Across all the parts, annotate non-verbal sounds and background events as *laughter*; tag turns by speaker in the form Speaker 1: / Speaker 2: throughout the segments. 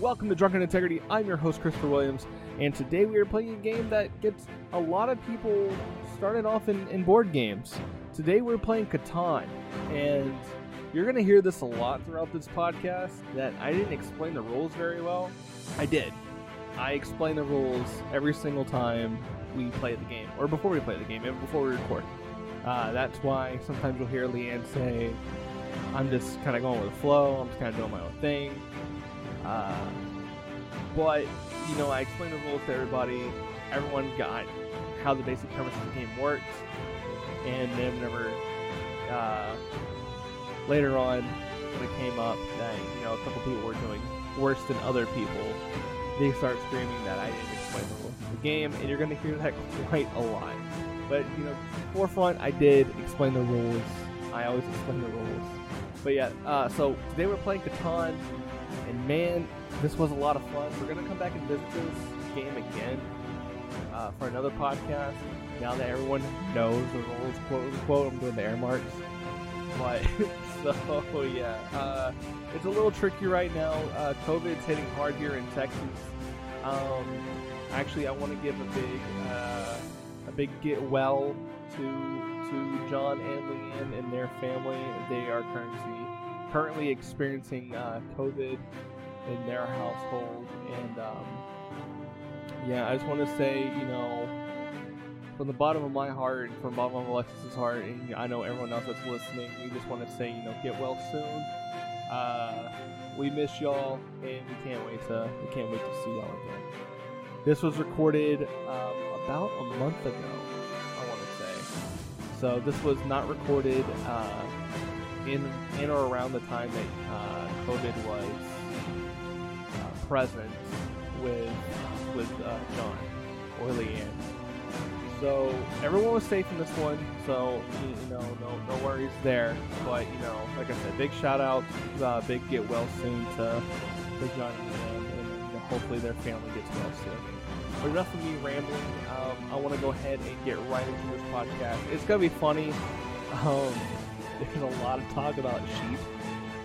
Speaker 1: Welcome to Drunken Integrity. I'm your host, Christopher Williams, and today we are playing a game that gets a lot of people started off in, in board games. Today we're playing Catan, and you're going to hear this a lot throughout this podcast that I didn't explain the rules very well. I did. I explain the rules every single time we play the game, or before we play the game, and before we record. Uh, that's why sometimes you'll hear Leanne say, I'm just kind of going with the flow, I'm just kind of doing my own thing. Uh, but, you know, I explained the rules to everybody, everyone got how the basic premise of the game works, and then whenever uh, later on when it came up that, you know, a couple people were doing worse than other people, they start screaming that I didn't explain the rules of the game, and you're going to hear that *laughs* quite a lot. But you know, forefront, I did explain the rules. I always explain the rules. But yeah, uh, so today we're playing Catan, and man, this was a lot of fun. We're gonna come back and visit this game again uh, for another podcast. Now that everyone knows the rules, quote unquote, I'm doing the air marks. But *laughs* so yeah, uh, it's a little tricky right now. Uh, COVID's hitting hard here in Texas. Um, actually, I want to give a big. Uh, a big get well to to John and Leanne and their family. They are currently currently experiencing uh, COVID in their household, and um, yeah, I just want to say, you know, from the bottom of my heart, from the bottom of Alexis's heart, and I know everyone else that's listening, we just want to say, you know, get well soon. Uh, we miss y'all, and we can't wait to we can't wait to see y'all again. This was recorded um, about a month ago, I want to say. So this was not recorded uh, in in or around the time that uh, COVID was uh, present with with uh, John or Leanne. So everyone was safe in this one. So you, you know, no no worries there. But you know, like I said, big shout out, uh, big get well soon to to John and Leanne, and you know, hopefully their family gets well soon but enough of me rambling. Um, I want to go ahead and get right into this podcast. It's gonna be funny. Um, there's a lot of talk about sheep,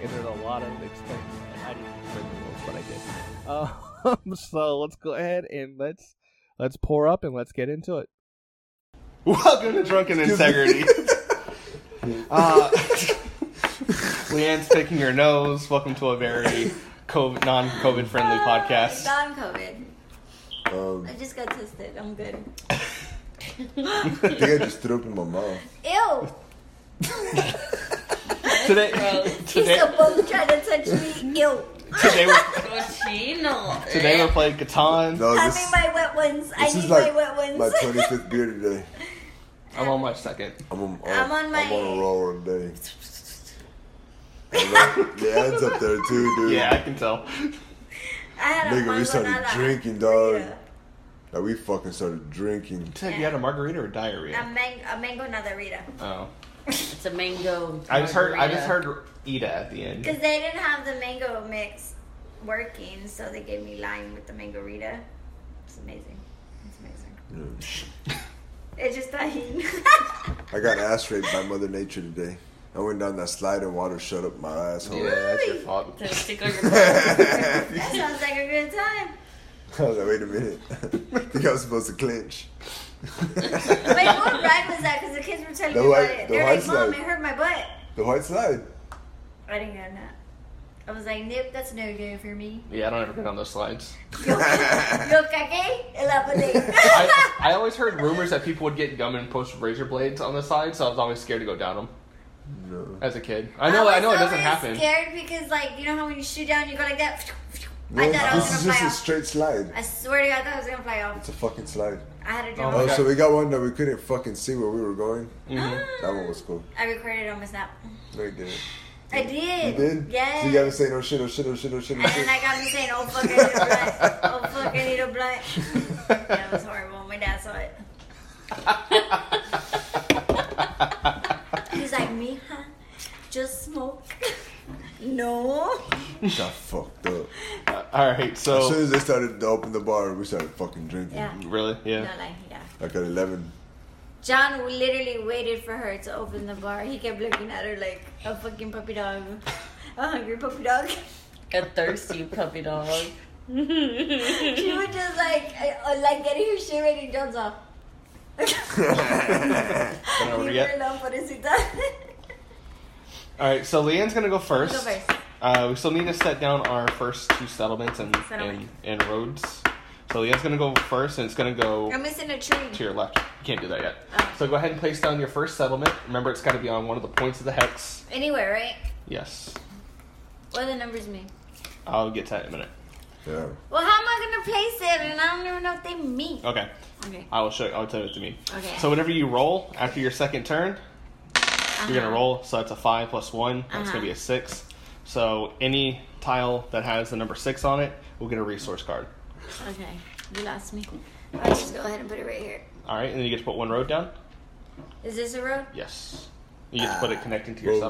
Speaker 1: and there's a lot of explaining. I didn't explain the rules, but I did. Um, *laughs* so let's go ahead and let's let's pour up and let's get into it.
Speaker 2: Welcome to Drunken Integrity. *laughs* uh, Leanne's picking her nose. Welcome to a very COVID, non-COVID friendly podcast.
Speaker 3: Non COVID.
Speaker 4: Um,
Speaker 3: I just got tested. I'm good.
Speaker 4: I think I just threw up in my mouth. *laughs*
Speaker 3: Ew!
Speaker 2: Today,
Speaker 3: He's
Speaker 2: today,
Speaker 3: a bug trying to touch me. Ew!
Speaker 2: today, we're,
Speaker 5: Cochino.
Speaker 2: today we're playing Catan.
Speaker 4: No,
Speaker 3: Pass me
Speaker 4: Oh, this,
Speaker 3: my wet ones. I
Speaker 4: this is
Speaker 3: need
Speaker 4: like
Speaker 3: my wet ones. *laughs*
Speaker 4: my 25th beer today.
Speaker 2: I'm on my second.
Speaker 4: I'm on,
Speaker 3: I'm on my-
Speaker 4: I'm on a roll
Speaker 3: *laughs*
Speaker 4: today. the ad's up there too, dude.
Speaker 2: Yeah, I can tell.
Speaker 3: I had
Speaker 4: *laughs*
Speaker 3: a
Speaker 4: Nigga, we
Speaker 3: mango
Speaker 4: started
Speaker 3: nada.
Speaker 4: drinking, dog.
Speaker 3: Yeah.
Speaker 4: Like, we fucking started drinking.
Speaker 2: Ted, you had a margarita or diarrhea?
Speaker 3: A, man- a mango nadarita.
Speaker 4: Uh,
Speaker 2: Oh,
Speaker 5: It's a mango.
Speaker 2: I just heard. I just
Speaker 5: margarita.
Speaker 2: heard Ida at the end.
Speaker 3: Because they didn't have the mango mix working, so they gave me lime with the mango rita. It's amazing. It's amazing. It's just dying.
Speaker 4: I got ass raped by Mother Nature today. I went down that slide and water shut up my asshole. *laughs*
Speaker 2: Yeah, that's your fault.
Speaker 5: To stick on your
Speaker 3: *laughs*
Speaker 2: *laughs*
Speaker 5: butt.
Speaker 3: that sounds like a good time.
Speaker 4: I was like, wait a minute. *laughs* I think I was supposed to clinch. *laughs*
Speaker 3: Wait, what ride was that? Because the kids were telling
Speaker 4: The
Speaker 3: me about
Speaker 4: white-
Speaker 3: it.
Speaker 4: the
Speaker 3: They're
Speaker 4: white
Speaker 3: like, Mom,
Speaker 4: slide.
Speaker 3: it hurt my butt.
Speaker 4: The white slide.
Speaker 3: I didn't get that. I was like, nope, that's no go
Speaker 4: *laughs*
Speaker 3: for me.
Speaker 2: Yeah, I don't ever get on those slides.
Speaker 3: Yo cagué
Speaker 4: *laughs*
Speaker 3: el abuelé.
Speaker 2: I, I always heard rumors that people would get gum and post razor blades on the side, so I was always scared to go down them
Speaker 4: No.
Speaker 2: as a kid. I
Speaker 3: *laughs*
Speaker 2: know, I, know, it
Speaker 3: was
Speaker 2: doesn't
Speaker 3: always
Speaker 2: happen.
Speaker 3: scared because, like, you know how when you shoot down, you go like that? I
Speaker 4: No,
Speaker 3: thought I was
Speaker 4: this
Speaker 3: going
Speaker 4: is
Speaker 3: to
Speaker 4: just
Speaker 3: fly
Speaker 4: a
Speaker 3: off.
Speaker 4: straight slide.
Speaker 3: I swear to God, I thought I was going to fly off.
Speaker 4: It's a fucking slide.
Speaker 3: I had to do
Speaker 2: Oh,
Speaker 4: Oh,
Speaker 3: it. *gasps*
Speaker 2: okay.
Speaker 4: so we got one that we couldn't fucking see where we were going.
Speaker 2: Mhm.
Speaker 4: Mm-hmm. That one was cool.
Speaker 3: I recorded it on my snap.
Speaker 4: No, you didn't.
Speaker 3: I did.
Speaker 4: You did?
Speaker 3: Yes.
Speaker 4: So you gotta say no shit, no shit, no shit, no shit, no
Speaker 3: and then
Speaker 4: shit.
Speaker 3: I got me saying, oh, fuck, I need a blunt. Oh, fuck, I need a blunt. yeah, it was horrible. My dad saw it. He's like, me, huh? Just smoke. no.
Speaker 4: Got fucked up.
Speaker 2: Uh, all right,
Speaker 4: As soon
Speaker 2: so
Speaker 4: as they started to open the bar, we started fucking drinking.
Speaker 3: Yeah.
Speaker 2: really, yeah.
Speaker 3: No, like, yeah.
Speaker 4: Like at *laughs* 11.
Speaker 3: John literally waited for her to open the bar. He kept looking at her like a fucking puppy dog. A hungry puppy dog.
Speaker 5: *laughs* a thirsty puppy dog.
Speaker 3: She would just like, uh, uh, like getting her shit ready, Jones off.
Speaker 2: Don't know where to
Speaker 3: Libre
Speaker 2: get.
Speaker 3: la pobrecita.
Speaker 2: All right, so Leanne's gonna go *laughs* first.
Speaker 3: Go first.
Speaker 2: Uh, we still need to set down our first two settlements and
Speaker 3: Settlement.
Speaker 2: and, and roads. So Leanne's gonna go first, and it's gonna go
Speaker 3: I'm Oh. missing a tree.
Speaker 2: to your left. You can't do that yet. So go ahead and place down your first settlement. Remember, it's got to be on one of the points of the hex.
Speaker 3: Anywhere, right?
Speaker 2: Yes,
Speaker 3: What do the numbers mean?
Speaker 2: I'll get to that in a minute.
Speaker 4: Yeah.
Speaker 3: Well, how am I gonna place it? And I don't even know if they meet.
Speaker 2: Okay, Uh,
Speaker 3: Okay.
Speaker 2: I will show. I'll tell you what to mean.
Speaker 3: Okay.
Speaker 2: So whenever you roll after your second turn, you're gonna roll. So that's a five plus one. That's
Speaker 3: Uh-huh.
Speaker 2: gonna be a six. So any tile that has the number six on it will get a resource card.
Speaker 3: Okay. You lost me. I'll just go ahead and put it right here.
Speaker 2: All right, and then you get to put one road down.
Speaker 3: Is this a road?
Speaker 2: Yes. You get to put it connecting to your
Speaker 4: Uh, Well,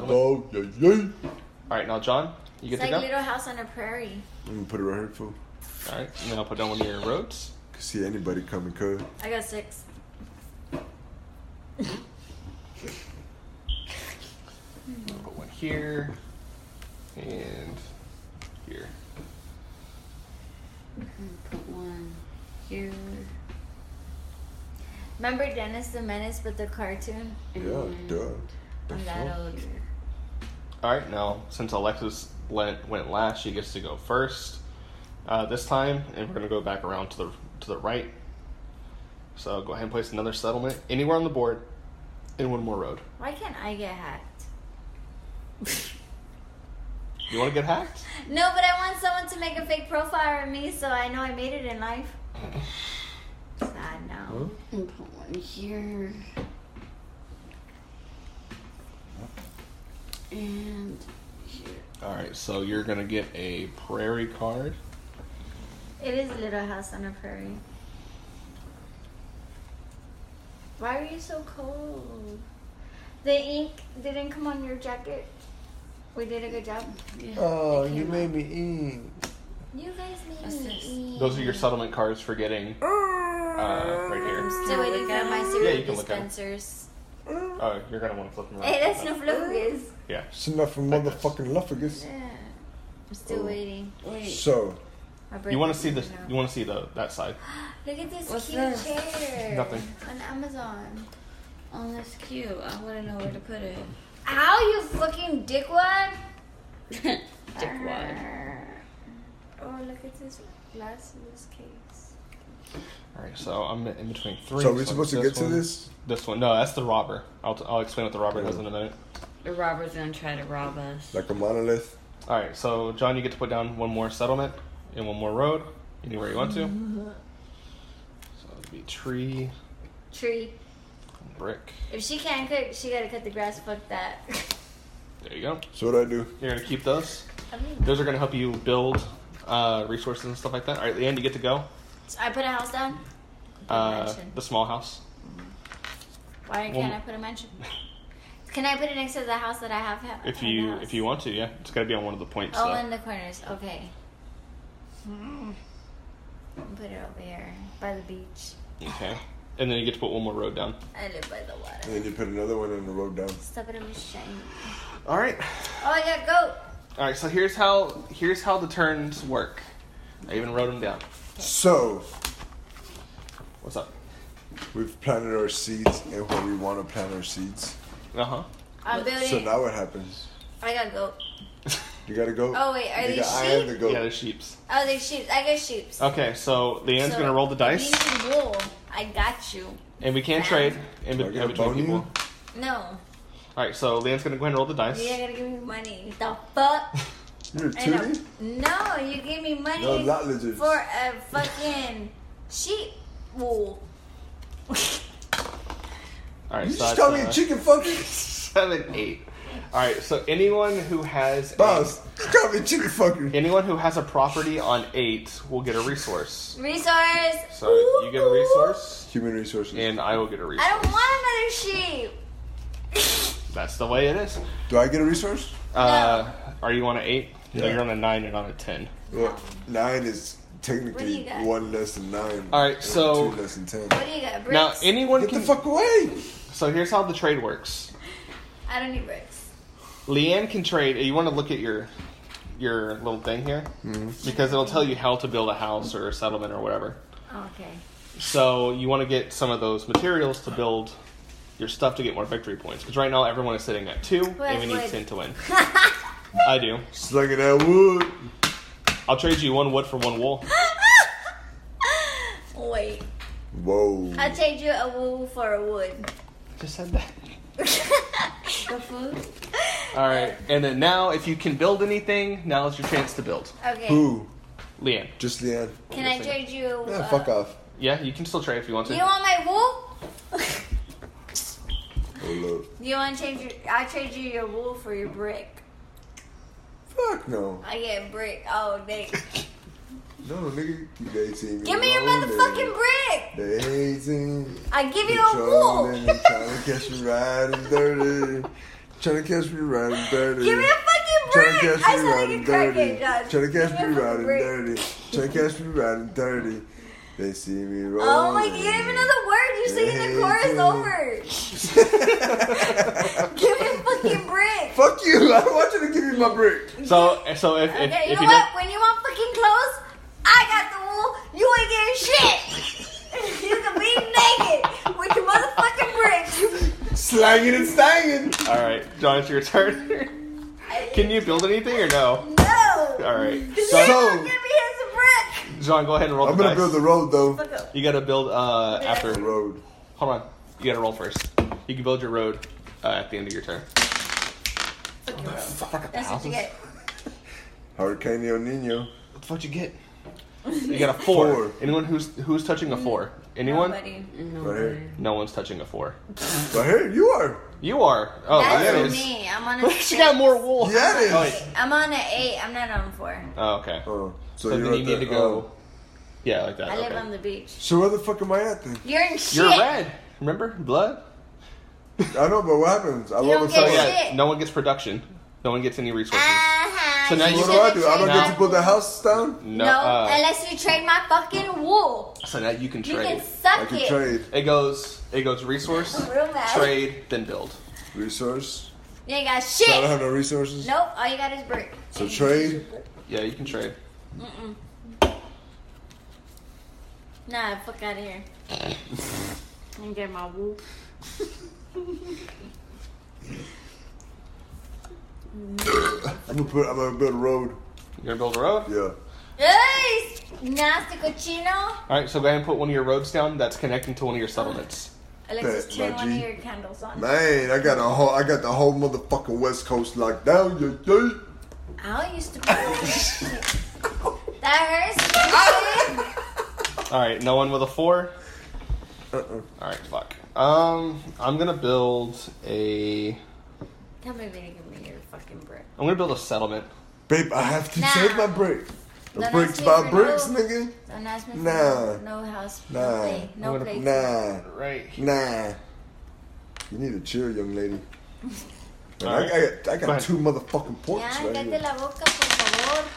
Speaker 2: settlement.
Speaker 4: well, yeah, yeah. I'm
Speaker 2: All right, now John,
Speaker 3: It's
Speaker 2: you get
Speaker 3: like
Speaker 2: to go.
Speaker 3: Little House on a Prairie.
Speaker 4: gonna put it right here, fool.
Speaker 2: All right, and then I'll put down one of your roads.
Speaker 4: Can see anybody coming, cuz.
Speaker 3: I got six.
Speaker 2: Put one here and here.
Speaker 5: Put one here.
Speaker 3: Remember Dennis the Menace with the cartoon?
Speaker 5: and
Speaker 4: Yeah,
Speaker 5: one
Speaker 4: duh. The
Speaker 3: I'm
Speaker 4: fuck?
Speaker 3: that old.
Speaker 2: All right, now since Alexis went went last, she gets to go first uh, this time, and we're gonna go back around to the to the right. So go ahead and place another settlement anywhere on the board, and one more road.
Speaker 3: Why can't I get hacked? *laughs*
Speaker 2: You want to get hacked?
Speaker 3: No, but I want someone to make a fake profile of me so I know I made it in life. Sad now.
Speaker 5: And put one here. And here.
Speaker 2: All right, so you're gonna get a prairie card.
Speaker 3: It is Little House on a Prairie. Why are you so cold? The ink didn't come on your jacket. We did a good job.
Speaker 4: Oh, you made me eat.
Speaker 3: You guys
Speaker 5: What's
Speaker 3: made
Speaker 5: this?
Speaker 3: me eat.
Speaker 2: Those are your settlement cards for getting uh, right here.
Speaker 3: Still waiting for my
Speaker 2: Yeah,
Speaker 3: cereal
Speaker 2: you can look at 'em.
Speaker 3: dispensers.
Speaker 2: Oh, you're gonna want to flip them. Around.
Speaker 3: Hey, that's no flugus.
Speaker 2: Yeah.
Speaker 4: It's enough for
Speaker 2: Like this.
Speaker 4: motherfucking Luffagus.
Speaker 3: Yeah. I'm
Speaker 4: Oh.
Speaker 3: still waiting.
Speaker 5: Wait.
Speaker 4: So,
Speaker 2: You want to see the you want to see the that side.
Speaker 3: Look at this
Speaker 5: What's
Speaker 3: cute
Speaker 5: this?
Speaker 3: chair.
Speaker 2: Nothing.
Speaker 3: On Amazon.
Speaker 5: Oh, that's cute. I want to know where to put *laughs* it.
Speaker 3: Ow, you fucking dickwad.
Speaker 5: Dickwad.
Speaker 3: Oh, look at this glasses case.
Speaker 2: All right, so I'm in between three.
Speaker 4: so are we
Speaker 2: so
Speaker 4: supposed to get to
Speaker 2: one-
Speaker 4: this? Oh.
Speaker 2: This one, no, that's the robber. I'll, t- I'll explain what the robber does in a minute.
Speaker 5: The robber's gonna try to rob us.
Speaker 4: Like a monolith?
Speaker 2: All right, so John, you get to put down one more settlement and one more road, anywhere you want to. So it'd be tree,
Speaker 3: Tree.
Speaker 2: brick.
Speaker 3: If she can't cook, she gotta cut the grass. Fuck that. *laughs*
Speaker 2: There you go.
Speaker 4: So what I do?
Speaker 2: You're gonna keep those.
Speaker 3: I mean,
Speaker 2: Those are gonna help you build uh, resources and stuff like that. All right, Leanne, you get to go.
Speaker 3: I put a house down.
Speaker 2: Uh,
Speaker 3: Mansion.
Speaker 2: the small house.
Speaker 3: Why
Speaker 2: Well-
Speaker 3: can't I put a mansion? Can I put it next to the house that I have? ha-
Speaker 2: If
Speaker 3: have
Speaker 2: you
Speaker 3: house?
Speaker 2: if you want to, yeah, it's gotta be on one of the points.
Speaker 3: Oh,
Speaker 2: though.
Speaker 3: in the corners. Okay. Put it over here by the beach.
Speaker 2: Okay. And then you get to put one more road down.
Speaker 3: I live by the
Speaker 4: And
Speaker 3: water.
Speaker 4: then you put another one on the road down.
Speaker 3: Stop it, I'm ashamed.
Speaker 2: All right.
Speaker 3: Oh, I got goat.
Speaker 2: All right. So here's how here's how the turns work. I even wrote them down.
Speaker 4: So,
Speaker 2: What's up?
Speaker 4: we've planted our seeds and where we want to plant our seeds.
Speaker 2: Uh huh.
Speaker 3: I'm building.
Speaker 4: So now what happens?
Speaker 3: I got goat.
Speaker 4: You gotta go.
Speaker 3: Oh, wait, are
Speaker 4: you
Speaker 3: these
Speaker 4: gotta iron the goat.
Speaker 2: Yeah, the sheeps.
Speaker 3: Oh, there's sheep. I got sheep.
Speaker 2: Okay. So Leanne's Oh, gonna roll the dice,
Speaker 3: You need wool. I got you.
Speaker 2: and we can't trade in,
Speaker 4: Do I
Speaker 2: be-
Speaker 4: get
Speaker 2: in
Speaker 4: a
Speaker 2: between
Speaker 4: bone
Speaker 2: people.
Speaker 4: you?
Speaker 3: No.
Speaker 2: All right. So Leanne's gonna go ahead and roll the dice.
Speaker 3: You ain't gonna give me money. The
Speaker 2: *laughs*
Speaker 3: fuck?
Speaker 4: You're a
Speaker 3: And
Speaker 4: tootie?
Speaker 3: a- no, you gave me money
Speaker 4: No, not legit.
Speaker 3: for a fucking sheep wool. *laughs*
Speaker 2: All right.
Speaker 4: You
Speaker 2: so
Speaker 4: just
Speaker 2: that's,
Speaker 4: call me
Speaker 2: uh,
Speaker 4: a chicken
Speaker 2: *laughs*
Speaker 4: fucker?
Speaker 2: Seven, eight. All right. So anyone who has a-
Speaker 4: Boss, you call me a chicken fucker.
Speaker 2: anyone who has a property on eight will get a resource.
Speaker 3: Resource.
Speaker 2: So you get a resource,
Speaker 4: Human resources.
Speaker 2: and I will get a
Speaker 3: I
Speaker 2: resource.
Speaker 3: don't want another sheep.
Speaker 2: That's the way it is.
Speaker 4: Do I get a resource?
Speaker 2: Uh, are you on an eight? No,
Speaker 4: Yeah.
Speaker 2: you're on a nine and on a ten.
Speaker 4: Well, nine is
Speaker 3: you
Speaker 4: technically
Speaker 3: got?
Speaker 4: one less than nine.
Speaker 2: All right,
Speaker 4: and
Speaker 2: so-
Speaker 4: two less than ten.
Speaker 3: What do you got? Bricks.
Speaker 2: Now anyone
Speaker 4: Get
Speaker 2: can.
Speaker 4: the fuck away!
Speaker 2: so here's how the trade works.
Speaker 3: I don't need bricks.
Speaker 2: Leanne can trade. You want to look at your your little thing here because it'll tell you how to build a house or a settlement or whatever.
Speaker 3: Oh,
Speaker 2: *laughs*
Speaker 3: Okay. *laughs*
Speaker 2: So you want to get some of those materials to build your stuff to get more victory points. Because right now everyone is sitting at two, and we need
Speaker 3: wood?
Speaker 2: ten
Speaker 3: *laughs*
Speaker 2: to win. I do.
Speaker 4: Slugging that wood.
Speaker 2: I'll trade you one wood for one wool.
Speaker 3: Wait.
Speaker 4: Whoa.
Speaker 3: I'll change you a woo for a wood. *laughs*
Speaker 2: Just said that.
Speaker 5: The food?
Speaker 2: All right, and then now, if you can build anything, now is your chance to build.
Speaker 3: okay.
Speaker 4: Who?
Speaker 2: Leanne.
Speaker 4: Just Leanne.
Speaker 3: Can I trade you a
Speaker 4: Yeah,
Speaker 3: uh,
Speaker 4: fuck off.
Speaker 2: Yeah, you can still trade if you want to.
Speaker 3: You want my wool? *laughs*
Speaker 4: Oh, Lord.
Speaker 3: you want to change your. I trade you your wool for your brick.
Speaker 4: Fuck no.
Speaker 3: I get brick all
Speaker 4: *laughs*
Speaker 3: day.
Speaker 4: No, nigga. They ain't seen
Speaker 3: Give me your motherfucking brick!
Speaker 4: brick. They ain't seen
Speaker 3: I give
Speaker 4: They
Speaker 3: you a
Speaker 4: trolling,
Speaker 3: wool!
Speaker 4: they trying to catch me riding dirty. Trying to catch me riding dirty.
Speaker 3: *laughs* Give me a fucking
Speaker 4: Trying
Speaker 3: brick!
Speaker 4: to catch
Speaker 3: I
Speaker 4: me
Speaker 3: sound like
Speaker 4: riding
Speaker 3: a
Speaker 4: dirty.
Speaker 3: crackhead,
Speaker 4: Trying
Speaker 3: Josh.
Speaker 4: to catch
Speaker 3: Give
Speaker 4: me
Speaker 3: a fucking
Speaker 4: riding
Speaker 3: brick.
Speaker 4: dirty. Trying to catch me riding dirty. They see me rolling.
Speaker 3: Oh my, you didn't even know the word. You're singing the chorus over. Give me a
Speaker 4: *laughs*
Speaker 3: fucking brick.
Speaker 4: *laughs* Fuck you! *laughs* I don't want you to give me my brick.
Speaker 2: So, eh, so if, if,
Speaker 3: Okay, you
Speaker 2: if
Speaker 3: know
Speaker 2: you don't,
Speaker 3: what? When you want fucking clothes, I got the wool. You ain't getting shit. *laughs* you can be naked with your motherfucking bricks.
Speaker 4: Slanging and stanging.
Speaker 2: all right, John, it's your turn. *laughs*
Speaker 3: I-
Speaker 2: can you build anything or no?
Speaker 3: No.
Speaker 2: All right,
Speaker 3: So,
Speaker 2: so
Speaker 4: So-
Speaker 3: give me his brick.
Speaker 2: John, go ahead and roll
Speaker 4: I'm
Speaker 2: the
Speaker 4: gonna
Speaker 2: dice.
Speaker 4: build the road though.
Speaker 3: Fuck up.
Speaker 2: you gotta build uh after.
Speaker 4: The
Speaker 2: Hold
Speaker 4: road.
Speaker 2: on, you gotta roll first. You can build your road uh, at the end of your turn.
Speaker 3: That's what you get.
Speaker 4: Hurricane El Nino.
Speaker 2: What the fuck you get? You got a four.
Speaker 4: Four.
Speaker 2: Anyone who's who's touching a four? Anyone?
Speaker 3: Mm. Nobody.
Speaker 4: Right here.
Speaker 2: No one's touching a four.
Speaker 4: Right here. You are.
Speaker 2: You are. Oh,
Speaker 3: That's
Speaker 2: that is.
Speaker 3: me. I'm on a
Speaker 2: *laughs* She got more wool.
Speaker 4: Yeah, it is.
Speaker 2: Oh, wait.
Speaker 3: I'm on an eight. I'm not on four.
Speaker 2: Oh, okay.
Speaker 4: Oh,
Speaker 2: So
Speaker 4: you're
Speaker 2: then
Speaker 4: at
Speaker 2: you need
Speaker 4: the-
Speaker 2: to go.
Speaker 4: oh.
Speaker 2: Yeah, like that.
Speaker 3: I live
Speaker 2: okay.
Speaker 3: on the beach.
Speaker 4: So where the fuck am I at then?
Speaker 3: You're in shit.
Speaker 2: You're red. Remember blood?
Speaker 4: I know, but what happens? I
Speaker 3: You
Speaker 4: love
Speaker 3: don't get
Speaker 2: Oh
Speaker 4: it.
Speaker 2: yeah.
Speaker 3: Shit.
Speaker 2: No one gets production. No one gets any resources.
Speaker 3: Uh-huh.
Speaker 2: So now
Speaker 3: you
Speaker 2: you
Speaker 4: What do
Speaker 3: should
Speaker 4: I do? I
Speaker 3: trade
Speaker 4: don't
Speaker 2: Nah.
Speaker 4: get
Speaker 3: my-
Speaker 4: to put the house down.
Speaker 2: No.
Speaker 3: No,
Speaker 2: uh,
Speaker 3: unless you trade my fucking wool.
Speaker 2: so now you can
Speaker 3: You
Speaker 2: trade.
Speaker 3: can suck
Speaker 4: I can
Speaker 3: it.
Speaker 4: trade
Speaker 2: It goes. It goes resource,
Speaker 3: I'm *laughs* real mad.
Speaker 2: trade, then build.
Speaker 4: resource.
Speaker 3: You ain't got
Speaker 4: So I
Speaker 3: shit.
Speaker 4: don't have no resources.
Speaker 3: Nope, all you got is brick.
Speaker 4: So trade.
Speaker 2: Yeah, you can trade.
Speaker 3: Nah, fuck out of here. I'm get my wool.
Speaker 4: I'm gonna put. I'm gonna build a road.
Speaker 2: You're gonna build a road.
Speaker 4: Yeah.
Speaker 3: Hey, nasty cochino.
Speaker 2: All right. So go ahead and put one of your roads down that's connecting to one of your settlements.
Speaker 3: Alexis,
Speaker 4: Bet,
Speaker 3: turn
Speaker 4: my
Speaker 3: one of
Speaker 4: G.
Speaker 3: your candles on.
Speaker 4: Man, I got a whole. I got the whole motherfucking West Coast locked down. You dig?
Speaker 3: I used to put
Speaker 4: *laughs*
Speaker 3: that shit. That hurts.
Speaker 2: All right. No one with a four.
Speaker 4: Uh-uh.
Speaker 2: All right. Fuck. Um, I'm gonna build a.
Speaker 3: Tell me when to give me your fucking brick.
Speaker 2: I'm gonna build a settlement.
Speaker 4: Babe, I have to
Speaker 3: Nah.
Speaker 4: save my brick. The
Speaker 3: Don't
Speaker 4: bricks
Speaker 3: ask me
Speaker 4: by
Speaker 3: for
Speaker 4: bricks,
Speaker 3: no-
Speaker 4: nigga.
Speaker 3: Don't ask me for
Speaker 4: Nah.
Speaker 3: no, no house,
Speaker 4: Nah.
Speaker 3: no play, no
Speaker 2: I'm gonna-
Speaker 3: place.
Speaker 4: Nah,
Speaker 2: Right. here.
Speaker 4: nah. You need to chill, young lady. Man, I,
Speaker 2: Alright.
Speaker 4: I got, I got
Speaker 2: Go ahead.
Speaker 4: two motherfucking points
Speaker 3: Ya,
Speaker 4: right
Speaker 3: cállate
Speaker 4: here.
Speaker 3: la boca, por favor.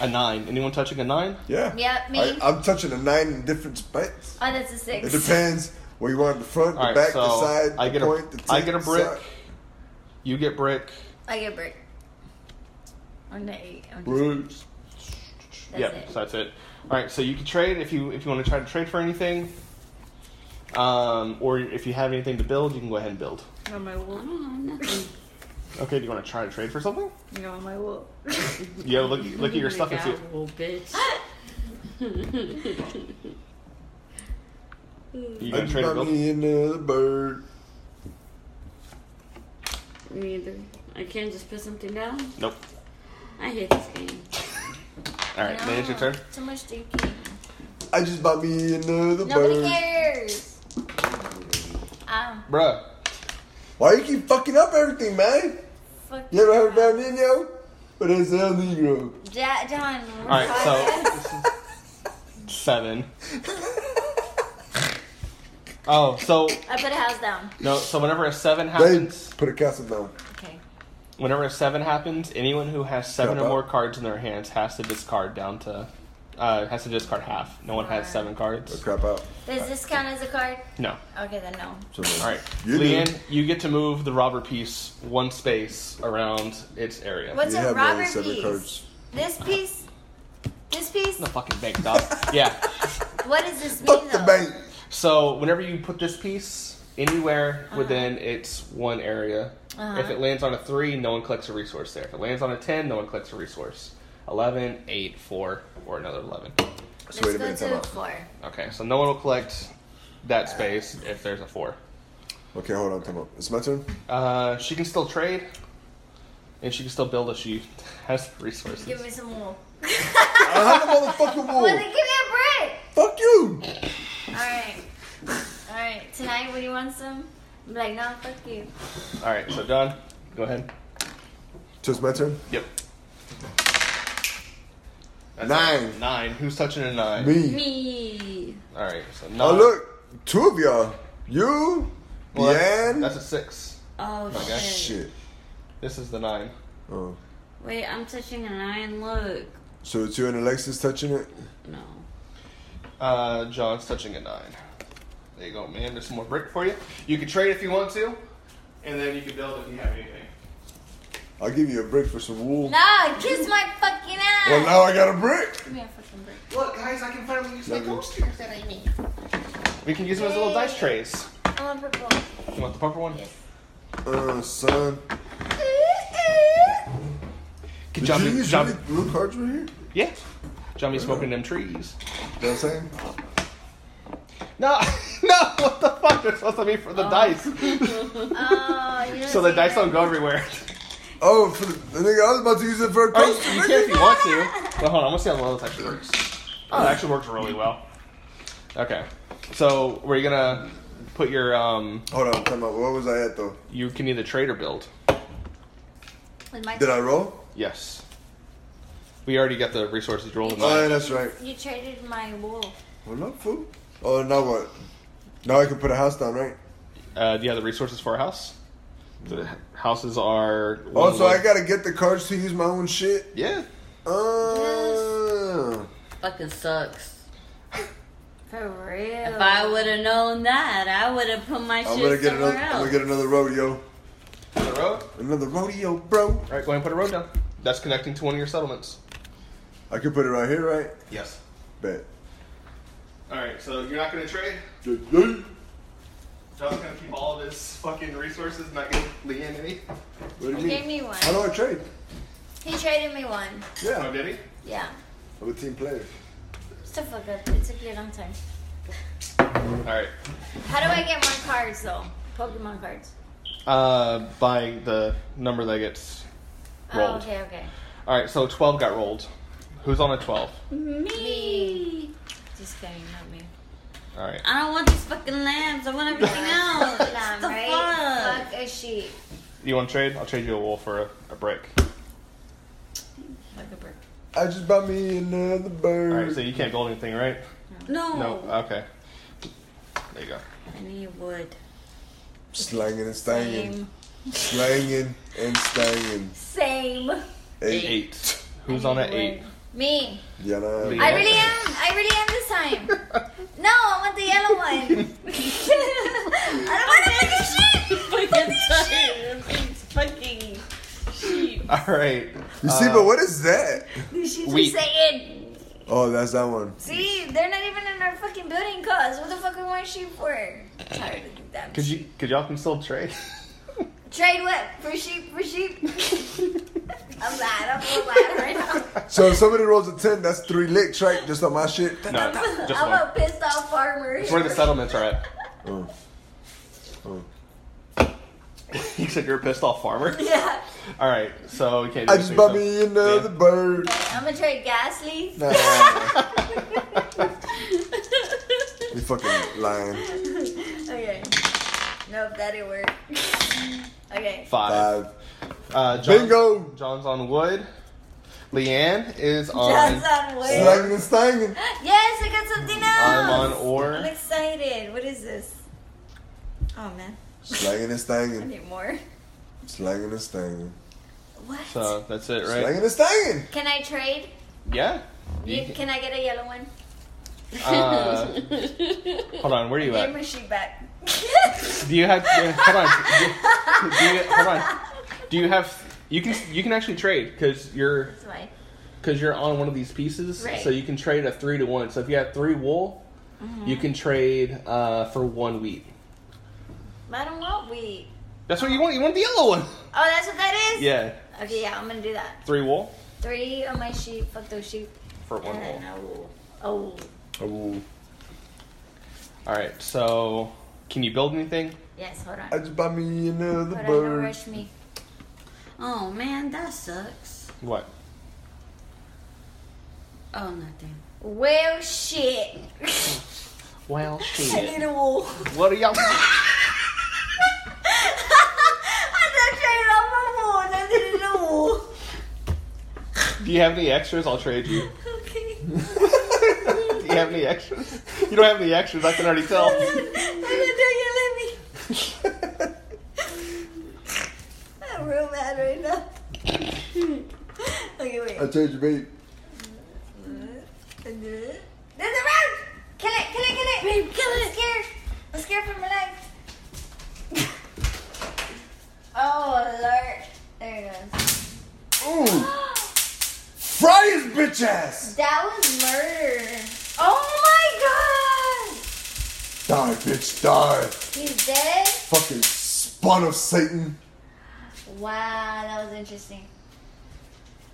Speaker 2: A nine. Anyone touching a nine?
Speaker 4: Yeah.
Speaker 3: Yeah, me.
Speaker 4: I, I'm touching the nine in different spots.
Speaker 3: Oh, that's a six.
Speaker 4: It depends where you want the front, the
Speaker 2: All right.
Speaker 4: back,
Speaker 2: so
Speaker 4: the side,
Speaker 2: I
Speaker 4: the
Speaker 2: get a. I
Speaker 4: point, the tip,
Speaker 2: get a brick.
Speaker 4: side.
Speaker 2: You get brick.
Speaker 3: I get brick. On the eight. On the
Speaker 4: Bricks.
Speaker 3: That's
Speaker 2: yep,
Speaker 3: it.
Speaker 2: so that's it. All right, so you can trade if you if you want to try to trade for anything, um, or if you have anything to build, you can go ahead and build.
Speaker 3: You want my
Speaker 5: I
Speaker 3: wool?
Speaker 5: don't know, nothing.
Speaker 2: Okay, do you want to try to trade for something?
Speaker 3: You want my *laughs* wool?
Speaker 2: You gotta look look at your stuff and see.
Speaker 5: Little bitch.
Speaker 2: You
Speaker 4: I
Speaker 2: gonna
Speaker 4: just
Speaker 2: trade or
Speaker 4: bought
Speaker 2: build?
Speaker 4: me another bird.
Speaker 5: *laughs* Me either. I can't just put something down.
Speaker 2: Nope.
Speaker 5: I hate this game.
Speaker 2: All right, then it's your turn.
Speaker 3: Too much thinking.
Speaker 4: I just bought me another
Speaker 3: Nobody
Speaker 4: bird.
Speaker 3: cares. Um,
Speaker 2: Bruh,
Speaker 4: Why you keep fucking up everything, man?
Speaker 3: fuck.
Speaker 4: You ever heard about Nino? But it's El Negro.
Speaker 3: Ja- John. All
Speaker 2: right, seven. Oh, so
Speaker 3: I put a house down.
Speaker 2: no, so whenever a seven
Speaker 4: Babe,
Speaker 2: *laughs* happens,
Speaker 4: put a castle down.
Speaker 3: Okay.
Speaker 2: whenever a seven happens, anyone who has seven
Speaker 4: Drop
Speaker 2: or
Speaker 4: out.
Speaker 2: more cards in their hands has to discard down to uh, has to discard half. No one has seven
Speaker 4: Oh,
Speaker 2: cards.
Speaker 4: crap out.
Speaker 3: Does this count as a card?
Speaker 2: No.
Speaker 3: Okay, then no.
Speaker 4: So,
Speaker 2: All right,
Speaker 4: You do.
Speaker 2: Leanne, you get to move the robber piece one space around its area.
Speaker 3: What's
Speaker 4: You
Speaker 3: a
Speaker 4: have more than
Speaker 3: robber
Speaker 4: seven
Speaker 3: piece?
Speaker 4: cards.
Speaker 3: This piece? This piece?
Speaker 2: The fucking bank, dog. *laughs* yeah.
Speaker 3: What does this mean
Speaker 4: Fuck
Speaker 3: though?
Speaker 4: the bank.
Speaker 2: So whenever you put this piece anywhere
Speaker 3: Uh-huh.
Speaker 2: within its one area, if it lands on a three, no one collects a resource there. If it lands on a ten, no one collects a resource. 11, 8, 4, or another 11.
Speaker 4: So wait a minute,
Speaker 3: Let's go
Speaker 4: time
Speaker 3: to
Speaker 4: out.
Speaker 3: four.
Speaker 2: Okay, so no one will collect that space if there's a 4.
Speaker 4: Okay, hold on, time out. It's my turn.
Speaker 2: Uh, she can still trade, and she can still build if she *laughs* has the resources.
Speaker 3: Give me some
Speaker 4: *laughs*
Speaker 3: wool.
Speaker 4: *laughs* I have the motherfucking
Speaker 3: Well,
Speaker 4: wall.
Speaker 3: then give me a break.
Speaker 4: Fuck you.
Speaker 3: Alright. Alright. Tonight, when you want some, I'm like, no, fuck you.
Speaker 2: Alright, so John, go ahead.
Speaker 4: So it's my turn.
Speaker 2: Yep.
Speaker 4: Nine.
Speaker 2: it. Nine. Who's touching a nine?
Speaker 4: Me.
Speaker 5: Me.
Speaker 2: Alright, so nine.
Speaker 4: Oh look, two of y'all. You,
Speaker 2: Well, that's,
Speaker 4: Leanne.
Speaker 2: that's a six.
Speaker 5: Oh,
Speaker 2: Okay.
Speaker 5: shit.
Speaker 4: Shit.
Speaker 2: This is the nine.
Speaker 4: Oh.
Speaker 5: Wait, I'm touching an iron. Look.
Speaker 4: So it's you and Alexis touching it.
Speaker 5: No.
Speaker 2: Uh, John's touching a nine. There you go, man. There's some more brick for you. You can trade if you want to, and then you can build if you have anything.
Speaker 4: I'll give you a brick for some wool.
Speaker 3: No, kiss my fucking ass.
Speaker 4: Well, now I got a brick.
Speaker 3: give me a fucking break.
Speaker 2: Look, guys, I can finally use
Speaker 4: Love you.
Speaker 2: coasters that I made. We can use them as little dice trays.
Speaker 3: I want purple.
Speaker 4: *laughs*
Speaker 2: You want the purple one?
Speaker 4: Uh, son.
Speaker 2: Good
Speaker 4: Did
Speaker 2: job,
Speaker 4: you
Speaker 2: good
Speaker 4: use
Speaker 2: job.
Speaker 4: really blue cards right here?
Speaker 2: Yeah. Johnny smoking them trees. *laughs*
Speaker 4: You know what I'm saying?
Speaker 2: No, *laughs* no, what the fuck? They're supposed to be for the dice.
Speaker 3: Oh, you
Speaker 2: So the dice don't go everywhere.
Speaker 4: Oh, for the, the nigga, I was about to use it for a
Speaker 2: Or you,
Speaker 4: coaster.
Speaker 2: you can if you want to. Well, hold on, I'm gonna see how well this actually works. Oh, it actually works really well. Okay. So we're gonna put your um
Speaker 4: Hold on, time out. What was I at though?
Speaker 2: you can either trade or build.
Speaker 3: With my
Speaker 4: Did I roll?
Speaker 2: Yes. We already got the resources rolled in
Speaker 4: Oh, yeah,
Speaker 2: mind.
Speaker 4: that's right.
Speaker 3: You traded my wool.
Speaker 4: Well, up, fool. Oh, now what? Now I can put a house down, right?
Speaker 2: Uh do you have the resources for a house? The houses are
Speaker 4: Oh, so I gotta get the cards to use my own shit.
Speaker 2: Yeah.
Speaker 4: Uh,
Speaker 5: Fucking sucks.
Speaker 3: For real.
Speaker 5: If I would have known that, I would have put my
Speaker 4: I'm
Speaker 5: shit
Speaker 4: gonna get
Speaker 5: somewhere
Speaker 4: another. I'm
Speaker 5: else.
Speaker 4: gonna get another rodeo.
Speaker 2: On the road?
Speaker 4: Another rodeo, bro.
Speaker 2: Alright, go ahead and put a road down. That's connecting to one of your settlements.
Speaker 4: I could put it right here, right?
Speaker 2: Yes.
Speaker 4: Bet.
Speaker 2: Alright, so you're not gonna trade?
Speaker 4: What
Speaker 2: John's gonna keep all of his fucking resources, not give Leanne any.
Speaker 4: do you
Speaker 3: He gave
Speaker 4: mean?
Speaker 3: me one.
Speaker 4: How do I trade?
Speaker 3: He traded me one.
Speaker 2: Oh,
Speaker 4: Yeah,
Speaker 2: did he?
Speaker 3: Yeah.
Speaker 4: I'm a team player.
Speaker 3: So fuck up. It took you a long time.
Speaker 2: Alright.
Speaker 3: How do I get more cards though? Pokemon cards.
Speaker 2: Uh, by the number that gets rolled.
Speaker 3: Oh, okay, okay.
Speaker 2: All right, so twelve got rolled. Who's on a twelve?
Speaker 3: Me. Just kidding, not me.
Speaker 2: All right.
Speaker 5: I don't want these fucking lambs. I want *laughs*
Speaker 3: *laughs*
Speaker 5: everything
Speaker 3: Fuck
Speaker 5: else. What
Speaker 3: them,
Speaker 5: the
Speaker 3: right?
Speaker 5: fuck?
Speaker 3: Fuck a sheep.
Speaker 2: You want to trade? I'll trade you a wool for a, a break.
Speaker 3: Fuck a bird.
Speaker 4: I just bought me another
Speaker 2: All right,
Speaker 4: bird.
Speaker 2: so you can't build anything, right?
Speaker 5: No.
Speaker 2: No. Okay. There you go.
Speaker 5: I need *laughs* wood.
Speaker 4: Slanging and stanging,
Speaker 3: Same.
Speaker 4: slanging and stanging.
Speaker 3: Same.
Speaker 4: Eight.
Speaker 2: Eight. Who's on an eight?
Speaker 3: Me.
Speaker 4: Yeah, nah.
Speaker 2: Leanne.
Speaker 3: I really am. I really am this time. No, I want the yellow one. *laughs* I don't want to fucking shit.
Speaker 5: Fucking tired. These fucking sheep.
Speaker 2: All right.
Speaker 4: You see,
Speaker 2: Uh,
Speaker 4: but what is that?
Speaker 3: She's just
Speaker 2: Wheat.
Speaker 3: saying.
Speaker 4: Oh, that's that one.
Speaker 3: See, they're not even in our fucking building cause. What the fuck we want sheep for? tired of them.
Speaker 2: Uh, Could you? Could y'all can still trade?
Speaker 3: Trade what? For sheep? For sheep?
Speaker 2: *laughs*
Speaker 3: I'm loud. I'm so loud right now.
Speaker 4: So if somebody rolls a ten, that's three licks, right? Just on my shit.
Speaker 2: No, *laughs* just
Speaker 3: I'm
Speaker 2: one.
Speaker 3: a pissed off farmer.
Speaker 2: It's where the settlements are at. *laughs*
Speaker 4: Oh. Oh.
Speaker 2: you said you're a pissed off farmer.
Speaker 3: *laughs* Yeah.
Speaker 2: All right, so you can't. Do
Speaker 4: I just
Speaker 2: anything,
Speaker 4: bought
Speaker 2: so-
Speaker 4: me another
Speaker 2: Yeah.
Speaker 4: bird.
Speaker 3: I'm gonna trade Gasly.
Speaker 4: Nah, you fucking lying.
Speaker 3: *laughs* Okay. Nope, that didn't work. *laughs* Okay.
Speaker 2: Five.
Speaker 4: Five.
Speaker 2: Uh, John,
Speaker 4: Bingo.
Speaker 2: John's on wood. Leanne is on.
Speaker 3: Just on wood.
Speaker 4: Slanging and stanging.
Speaker 3: Yes, I got something else.
Speaker 2: I'm on ore.
Speaker 3: I'm excited. What is this? Oh man,
Speaker 4: Slanging and
Speaker 3: I
Speaker 4: stanging.
Speaker 3: need more.
Speaker 4: Slanging and stanging.
Speaker 3: What?
Speaker 2: So that's it, right?
Speaker 4: Slanging and stanging.
Speaker 3: Can I trade?
Speaker 2: Yeah. You
Speaker 3: You, can I get a yellow one?
Speaker 2: Uh, hold on, where are you
Speaker 3: Give
Speaker 2: at?
Speaker 3: my sheet back.
Speaker 2: Do you have? yeah, Hold on. Do you, do you- hold on.
Speaker 3: *laughs*
Speaker 2: Do you have? You can you can actually trade because you're
Speaker 3: That's why.
Speaker 2: because you're on one of these pieces,
Speaker 3: Right.
Speaker 2: so you can trade a three to one. So if you have three wool, you can trade uh, for one wheat.
Speaker 3: I don't want wheat.
Speaker 2: That's what you want. You want the yellow one.
Speaker 3: Oh, that's what that is?
Speaker 2: Yeah,
Speaker 3: Okay, yeah, I'm gonna do that.
Speaker 2: three wool
Speaker 3: Three of my sheep. Fuck those sheep.
Speaker 2: for one
Speaker 3: And
Speaker 2: wool.
Speaker 3: then I will. Oh,
Speaker 4: Ooh.
Speaker 2: All right. So can you build anything?
Speaker 3: yes, hold
Speaker 4: I
Speaker 3: on.
Speaker 4: just bought me another
Speaker 3: Hold on,
Speaker 4: *laughs*
Speaker 3: don't
Speaker 4: bird.
Speaker 3: rush me.
Speaker 5: *laughs* oh man, that sucks.
Speaker 2: What?
Speaker 5: Oh nothing.
Speaker 3: Well, shit. *laughs*
Speaker 2: Well,
Speaker 3: I need a
Speaker 5: *laughs*
Speaker 3: wool.
Speaker 2: What are y'all?
Speaker 3: I just traded all my wools. I needed a wool.
Speaker 5: *laughs*
Speaker 2: Do you have any extras? I'll trade you.
Speaker 3: Okay.
Speaker 2: Do *laughs* you have any extras? You don't have any extras. I can already
Speaker 3: *laughs*
Speaker 2: tell.
Speaker 3: Oh I don't know, you let me. I'm real mad right now. okay, wait.
Speaker 4: I changed your bait.
Speaker 3: There's a round! Kill it, kill it, kill it! Babe, kill it! I'm scared. I'm scared for my life. oh, Lord. There it *gasps* goes.
Speaker 4: Ooh, fry his bitch ass.
Speaker 3: that was murder. Oh my god!
Speaker 4: Die, bitch, die.
Speaker 3: He's dead?
Speaker 4: Fucking spawn of Satan.
Speaker 3: Wow, that was interesting.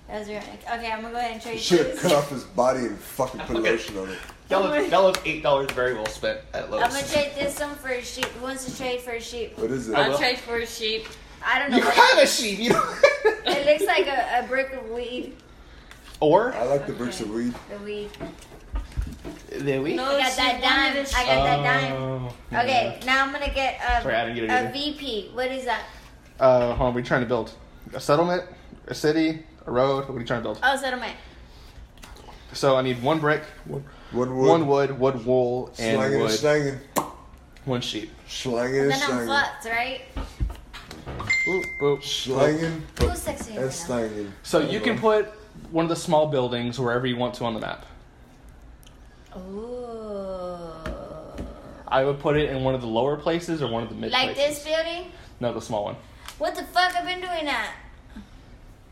Speaker 3: That was really. Okay, I'm gonna go ahead and trade
Speaker 4: Should have
Speaker 3: these.
Speaker 4: cut off his body and fucking put lotion on it.
Speaker 2: Y'all, y'all have eight dollars very well spent at Lowe's.
Speaker 3: I'm gonna trade this one for a sheep. Who wants to trade for a sheep?
Speaker 4: What is it?
Speaker 2: I
Speaker 5: I'll
Speaker 2: will.
Speaker 5: trade for a sheep.
Speaker 3: I don't know.
Speaker 2: You
Speaker 3: What,
Speaker 2: have a sheep. You don't... *laughs*
Speaker 3: it looks like a, a brick of weed.
Speaker 2: or
Speaker 4: I like the bricks of weed.
Speaker 3: The weed.
Speaker 2: there we.
Speaker 5: No,
Speaker 3: I got
Speaker 5: she
Speaker 3: that
Speaker 5: wanted
Speaker 3: dime.
Speaker 5: a
Speaker 3: I
Speaker 5: sheep.
Speaker 3: got that dime.
Speaker 2: Oh, yeah.
Speaker 3: Okay, now I'm gonna get a,
Speaker 2: Sorry, I didn't get it
Speaker 3: a
Speaker 2: either.
Speaker 3: VP. What is that?
Speaker 2: Uh, hold on. What are you trying to build? A settlement? A city? A road? What are you trying to build?
Speaker 3: Oh, settlement.
Speaker 2: So I need one brick, one,
Speaker 4: One wood.
Speaker 2: one wood, one wool, and
Speaker 4: Slanging and
Speaker 2: wood,
Speaker 4: slanging.
Speaker 2: one sheep.
Speaker 4: Slanging
Speaker 3: Then
Speaker 4: and
Speaker 3: I'm
Speaker 4: slanging.
Speaker 3: fucked, right?
Speaker 2: Boop, boop.
Speaker 4: Slanging
Speaker 3: Who's sexy right
Speaker 4: and
Speaker 3: now?
Speaker 4: slanging.
Speaker 2: So you can put one of the small buildings wherever you want to on the map.
Speaker 3: Ooh.
Speaker 2: I would put it in one of the lower places or one of the mid
Speaker 3: Like
Speaker 2: places.
Speaker 3: this building?
Speaker 2: No, the small one.
Speaker 3: What the fuck? I've been doing that.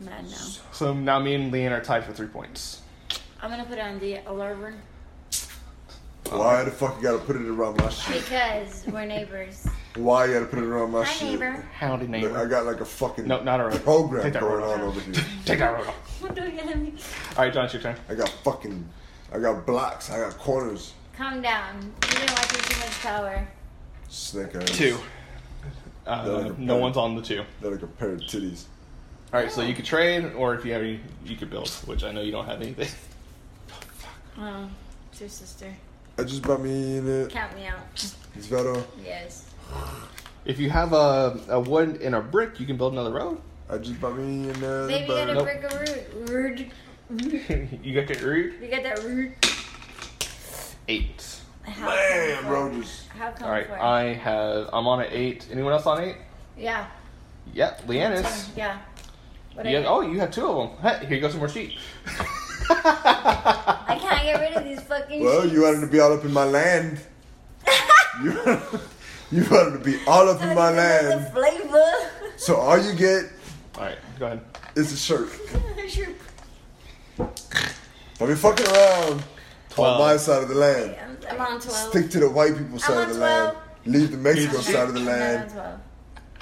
Speaker 3: I'm mad now.
Speaker 2: So now me and Leanne are tied for three points.
Speaker 5: I'm gonna put it on the alarm.
Speaker 4: Why the fuck you gotta put it around my shit?
Speaker 3: Because we're neighbors.
Speaker 4: Why you gotta put it around my
Speaker 3: Hi,
Speaker 4: Oh, shit?
Speaker 3: neighbor.
Speaker 2: Howdy
Speaker 4: Look, I
Speaker 2: neighbor.
Speaker 4: got like a fucking
Speaker 2: No, not a road.
Speaker 4: program
Speaker 2: Take that
Speaker 4: going
Speaker 2: road
Speaker 4: on over here.
Speaker 2: Take that road off.
Speaker 5: *laughs* What do you get me?
Speaker 2: All right, John, it's your turn.
Speaker 4: I got fucking, I got blocks. I got corners.
Speaker 3: Calm down. You've been watching too much power.
Speaker 4: Snake eyes.
Speaker 2: Two.
Speaker 4: They're like
Speaker 2: Uh,
Speaker 4: a
Speaker 2: no
Speaker 4: bird.
Speaker 2: one's on the two.
Speaker 4: They're like a pair of titties.
Speaker 2: All right, so you could trade, or if you have any, you could build, which I know you don't have anything. *laughs*
Speaker 5: Oh, it's your sister.
Speaker 4: I just bought me in it.
Speaker 3: Count me out.
Speaker 4: It's Vero.
Speaker 3: Yes.
Speaker 2: If you have a, a wood and a brick, you can build another road. *laughs*
Speaker 4: I just bought me in it.
Speaker 3: Baby, you got a
Speaker 2: Nope.
Speaker 3: brick of root. Rude.
Speaker 2: you got your root
Speaker 3: You got that root.
Speaker 2: eight.
Speaker 3: How come
Speaker 4: Bam,
Speaker 3: for?
Speaker 4: Rogers.
Speaker 3: How come
Speaker 2: All right,
Speaker 3: for?
Speaker 2: I have. I'm on an eight. Anyone else on eight?
Speaker 3: yeah.
Speaker 2: Yep, Leanne is.
Speaker 3: Yeah. What
Speaker 2: You
Speaker 3: I,
Speaker 2: have, oh, you have two of them. Hey, here you go, some more sheep. *laughs*
Speaker 3: I can't get rid of these fucking
Speaker 4: Well,
Speaker 3: sheets.
Speaker 4: you wanted to be all up in my
Speaker 5: *laughs*
Speaker 4: land. you, *laughs* you wanted to be all up in my
Speaker 3: That's
Speaker 4: land.
Speaker 3: The flavor.
Speaker 4: So all you get
Speaker 2: All right, go ahead.
Speaker 4: is a shirt.
Speaker 3: *laughs* Sure.
Speaker 4: Don't be fucking around
Speaker 2: Twelve.
Speaker 4: on my side of the land.
Speaker 3: I'm
Speaker 5: I'm
Speaker 3: sorry.
Speaker 5: on 12.
Speaker 4: Stick to the white people
Speaker 3: I'm
Speaker 4: side
Speaker 3: on
Speaker 4: of the land.
Speaker 3: 12.
Speaker 4: Leave the Mexico
Speaker 2: Okay.
Speaker 4: side of the
Speaker 3: I'm not on
Speaker 4: land
Speaker 3: 12.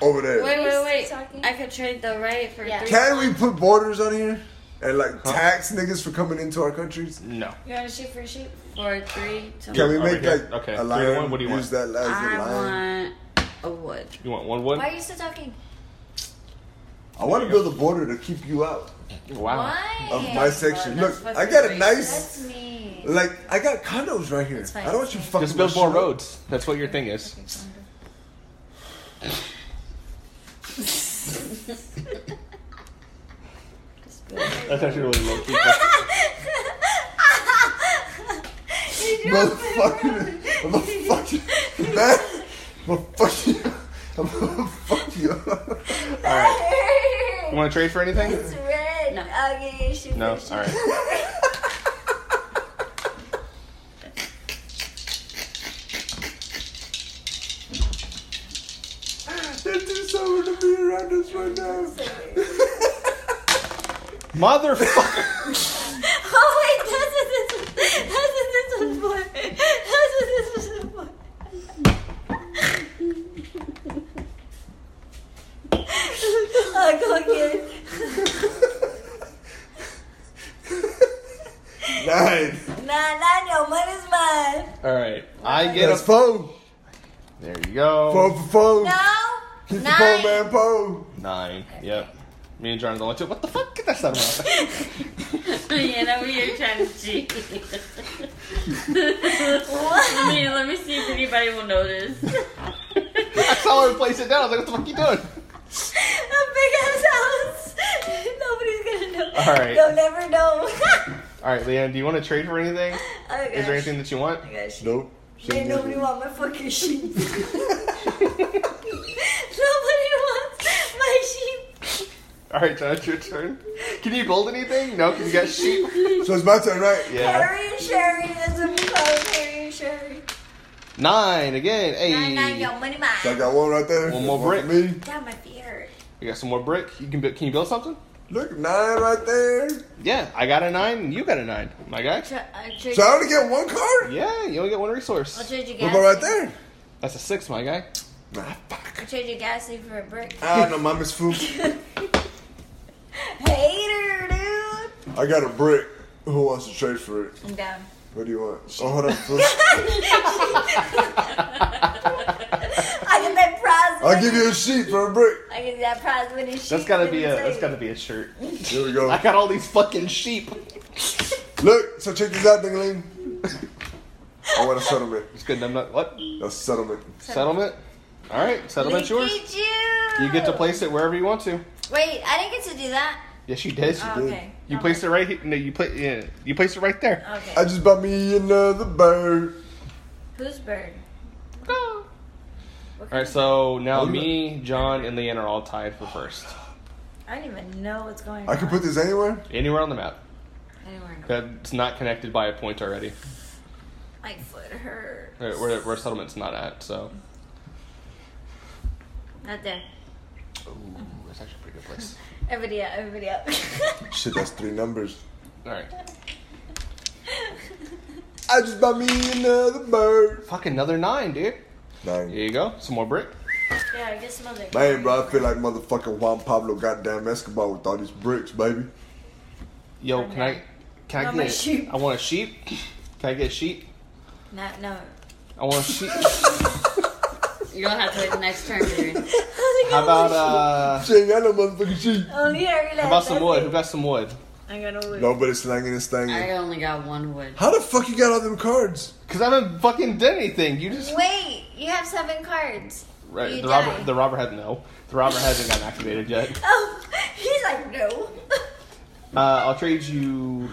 Speaker 4: over there.
Speaker 5: Wait, wait, wait.
Speaker 3: Talking?
Speaker 5: I could trade the right for
Speaker 3: Yeah.
Speaker 5: three.
Speaker 4: Can we put borders on here and like tax niggas for coming into our countries?
Speaker 2: No.
Speaker 3: You want to shoot for a sheep?
Speaker 5: For three to
Speaker 4: Can we
Speaker 2: Over
Speaker 4: make
Speaker 2: here.
Speaker 4: like
Speaker 2: Okay,
Speaker 4: a
Speaker 2: three to
Speaker 4: lion?
Speaker 2: one, what do you
Speaker 4: use that as a lion?
Speaker 5: I want a wood.
Speaker 2: You want one wood?
Speaker 3: Why are you still talking?
Speaker 4: I want to build a border to keep you out
Speaker 2: Wow.
Speaker 5: *laughs*
Speaker 3: Why?
Speaker 4: of my section.
Speaker 5: Lord, that's
Speaker 4: Look, I
Speaker 5: fucking
Speaker 4: got a
Speaker 5: racist.
Speaker 4: nice,
Speaker 3: That's
Speaker 4: *laughs*
Speaker 3: me. *laughs*
Speaker 4: like, I got condos right here.
Speaker 3: fine,
Speaker 4: I don't want
Speaker 3: it's
Speaker 4: you
Speaker 3: fine.
Speaker 4: fucking.
Speaker 2: Just build
Speaker 4: with
Speaker 2: more
Speaker 4: shit.
Speaker 2: roads. That's what your thing is. That's actually really low *laughs* key.
Speaker 4: Motherfucker, motherfucker, man, motherfucker, I'm gonna fuck you.
Speaker 2: All right. You want to trade for anything?
Speaker 3: It's red.
Speaker 5: No.
Speaker 3: Okay, shoot
Speaker 2: No.
Speaker 3: for a sheep.
Speaker 2: All right.
Speaker 4: this right
Speaker 3: *laughs*
Speaker 4: now.
Speaker 2: Motherfucker!
Speaker 3: Oh wait, that's
Speaker 5: *laughs*
Speaker 3: what this. That's what this was for. That's what this was for. oh, go get it.
Speaker 4: Nine.
Speaker 3: Nah, nah, no, mine is mine.
Speaker 2: Alright, I get a.
Speaker 4: That's phone.
Speaker 2: there you go.
Speaker 4: Phone for phone.
Speaker 3: No,
Speaker 4: Keep the phone,
Speaker 3: nine.
Speaker 4: man, phone.
Speaker 2: Nine. Yep. Me and John are the only two. What the fuck? Get that sound out.
Speaker 6: *laughs*
Speaker 2: *laughs*
Speaker 6: yeah, that we are trying to cheat. I
Speaker 3: What?
Speaker 6: mean, let *laughs* me see if anybody will
Speaker 5: *laughs*
Speaker 6: notice.
Speaker 2: I saw her place it down. I was like, what the fuck you doing?
Speaker 3: A big ass house. Nobody's gonna know.
Speaker 2: All right.
Speaker 3: They'll never know. *laughs*
Speaker 2: Alright, Leanne, do you want to trade for anything?
Speaker 3: oh,
Speaker 2: Is there anything that you *laughs* want?
Speaker 3: Gosh.
Speaker 4: Nope.
Speaker 3: Ain't nobody want my fucking sheep. nobody wants my sheep.
Speaker 2: Alright, John, it's your turn. Can you build anything? No, because you got sheep.
Speaker 4: So it's my turn, right?
Speaker 2: *laughs* Yeah.
Speaker 3: Harry and Sherry. That's what we call it, Harry and Sherry.
Speaker 2: Nine again. Hey.
Speaker 3: Nine, nine, yo, money mine.
Speaker 4: So I got one right there.
Speaker 2: One more
Speaker 4: for
Speaker 2: brick.
Speaker 4: me.
Speaker 3: Damn, my feet hurt.
Speaker 2: You got some more brick. You can build. Can you build something?
Speaker 4: Look, nine right there.
Speaker 2: Yeah, I got a nine. and You got a nine, my guy.
Speaker 6: Tr- uh, tr-
Speaker 4: So I only get one card?
Speaker 2: Yeah, you only get one
Speaker 6: I'll
Speaker 2: resource.
Speaker 6: trade you
Speaker 4: What
Speaker 6: gas.
Speaker 4: about right there?
Speaker 2: That's a six, my guy.
Speaker 4: Nah, fuck.
Speaker 6: I'll trade you gas leaf for a brick.
Speaker 4: I don't know, mama's fool.
Speaker 3: Hater, dude.
Speaker 4: I got a brick. Who wants to trade for it?
Speaker 3: I'm *laughs* down.
Speaker 4: What do you want? Oh, hold on.
Speaker 3: *laughs*
Speaker 4: fool.
Speaker 3: I get that prize.
Speaker 4: I'll give you a sheep for a brick.
Speaker 3: I get that prize winning sheep.
Speaker 2: That's gotta be a.
Speaker 3: Let me
Speaker 2: That's
Speaker 3: tell
Speaker 2: gotta be a shirt.
Speaker 4: Here we go.
Speaker 2: I got all these fucking sheep.
Speaker 4: Look, so check this out, Dingling. I want a settlement.
Speaker 2: It's good. I'm not what
Speaker 4: A settlement.
Speaker 2: settlement. All right, settlement's
Speaker 3: you.
Speaker 2: yours.
Speaker 3: Look at you.
Speaker 2: You get to place it wherever you want to.
Speaker 3: Wait, I didn't get to do that.
Speaker 2: Yes, you did.
Speaker 3: Oh, okay.
Speaker 2: You placed it right here. No, you pla- yeah, You placed it right there.
Speaker 3: Okay.
Speaker 4: I just bought me another bird.
Speaker 3: Who's bird?
Speaker 2: All right, so now me, John, and Leanne are all tied for first.
Speaker 3: I don't even know what's going
Speaker 4: I
Speaker 3: on.
Speaker 4: can put this anywhere.
Speaker 2: Anywhere on the map.
Speaker 3: Anywhere.
Speaker 2: It's not connected by a point already.
Speaker 3: My foot hurt.
Speaker 2: Where, where, where settlement's not at, so.
Speaker 3: Not there.
Speaker 2: Ooh, that's actually a pretty good place.
Speaker 3: Everybody up. Everybody up. *laughs*
Speaker 4: Shit, that's three numbers.
Speaker 2: Alright.
Speaker 4: I just bought me another bird.
Speaker 2: Fuck another nine, dude. Here
Speaker 4: Nine.
Speaker 2: you go. Some more brick.
Speaker 3: yeah, I guess mother.
Speaker 4: Man, bro, I feel like motherfucking Juan Pablo goddamn Escobar with all these bricks, baby.
Speaker 2: Yo, can I can I
Speaker 3: Want
Speaker 2: get
Speaker 3: my sheep?
Speaker 2: I want a sheep. Can I get a sheep?
Speaker 3: No, no.
Speaker 2: I want
Speaker 3: *laughs*
Speaker 2: a sheep.
Speaker 6: You'll have to wait the next turn, *laughs* dude.
Speaker 2: *laughs* How about uh
Speaker 4: She ain't got no motherfucking sheep.
Speaker 3: Only Harry
Speaker 2: how about some wood? Who got some wood?
Speaker 3: I'm gonna win.
Speaker 4: No, but it's slanging and
Speaker 6: I
Speaker 4: slanging.
Speaker 6: only got one wood.
Speaker 4: How the fuck you got all them cards?
Speaker 2: Cause I haven't fucking done anything. You just
Speaker 3: Wait, you have seven cards.
Speaker 2: right,
Speaker 3: you
Speaker 2: the
Speaker 3: die.
Speaker 2: robber the robber had no. The robber hasn't gotten activated yet.
Speaker 3: Oh, *laughs* he's like no.
Speaker 2: Uh I'll trade you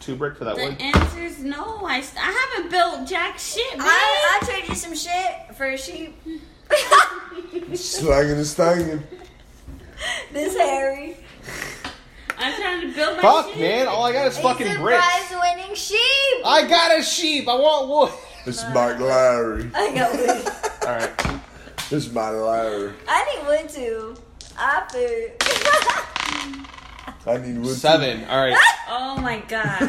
Speaker 2: two brick for that
Speaker 6: The
Speaker 2: wood.
Speaker 6: answer's no. I, st- I haven't built jack shit, man.
Speaker 3: *laughs* I I trade you some shit for a sheep.
Speaker 4: Slanging and slanging.
Speaker 3: *laughs* this Harry.
Speaker 6: I'm trying to build my
Speaker 2: Fuck
Speaker 6: shit.
Speaker 2: man, all I got is
Speaker 3: he's
Speaker 2: fucking
Speaker 3: a
Speaker 2: bricks. Ah.
Speaker 3: prize-winning sheep.
Speaker 2: I got a sheep. I want wood.
Speaker 4: It's my Larry.
Speaker 3: I got wood.
Speaker 2: Alright.
Speaker 4: It's my Larry.
Speaker 3: I need wood too. I food. *laughs*
Speaker 4: I need wood. too.
Speaker 2: Seven. Alright.
Speaker 6: Oh my god.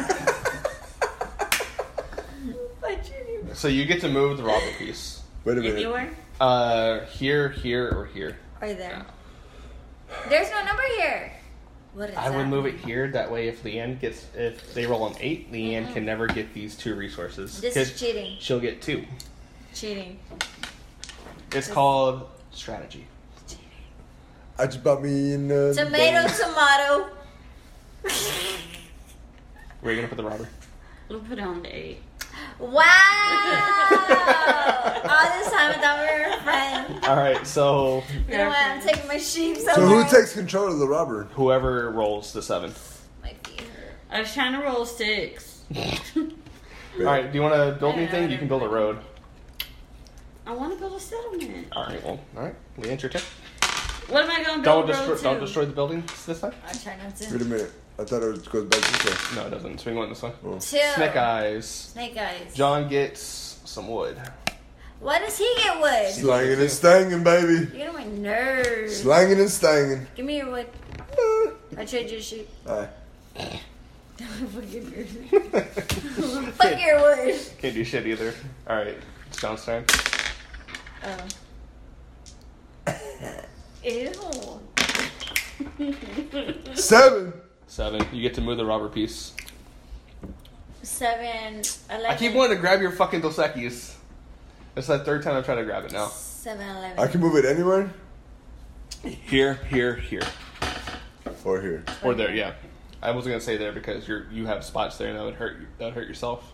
Speaker 3: but you need.
Speaker 2: So you get to move the robber piece.
Speaker 4: *laughs* Wait a minute.
Speaker 6: Anywhere?
Speaker 2: Uh, here, here, or here.
Speaker 3: Are there? There's no number here. What is
Speaker 2: I
Speaker 3: that?
Speaker 2: would move it here. That way, if Leanne gets, if they roll an eight, Leanne can never get these two resources.
Speaker 3: This
Speaker 2: 'cause
Speaker 3: is cheating.
Speaker 2: She'll get two.
Speaker 3: Cheating.
Speaker 2: It's called strategy.
Speaker 4: I just bought me another
Speaker 3: Tomato,
Speaker 4: bird.
Speaker 3: tomato. *laughs*
Speaker 2: Where are you gonna put the robber?
Speaker 6: We'll put on the eight.
Speaker 3: Wow! All this time I thought we were friends.
Speaker 2: All right. So
Speaker 3: You know what? I'm taking my sheep somewhere.
Speaker 4: So who takes control of the robber?
Speaker 2: whoever rolls the seven.
Speaker 3: my feet hurt.
Speaker 6: I was trying to roll six.
Speaker 2: All right. Do you want to build anything? You can build a road.
Speaker 6: I want to build a settlement.
Speaker 2: All right. Well. All right. Leanne, your turn.
Speaker 6: What am I gonna
Speaker 2: Don't
Speaker 6: build?
Speaker 2: destroy.
Speaker 6: road
Speaker 2: Don't
Speaker 6: to?
Speaker 2: destroy the building this time.
Speaker 3: I try not to.
Speaker 4: Wait a minute. I thought it goes back this way.
Speaker 2: No, it doesn't. Swing one this way.
Speaker 3: Chill.
Speaker 2: Snake eyes.
Speaker 3: Snake eyes.
Speaker 2: John gets some wood.
Speaker 3: What does he get wood?
Speaker 4: Slanging and stanging, baby.
Speaker 3: You're getting on my nerves.
Speaker 4: Slanging and stanging.
Speaker 3: Give me your wood. I trade you a sheep. *laughs*
Speaker 4: Alright.
Speaker 3: Fuck your wood.
Speaker 2: Can't do shit either. All right, it's John's turn.
Speaker 3: Oh. Ew.
Speaker 4: Seven.
Speaker 2: Seven. You get to move the robber piece.
Speaker 3: Seven, eleven.
Speaker 2: I keep wanting to grab your fucking Dos Equis. It's the third time I've tried to grab it
Speaker 4: Uh,
Speaker 2: now.
Speaker 3: Seven, eleven.
Speaker 4: I can move it anywhere
Speaker 2: Here, here, here,
Speaker 4: or here.
Speaker 2: or there. Yeah, I wasn't gonna say there because you're you have spots there and that would hurt you- that would hurt yourself.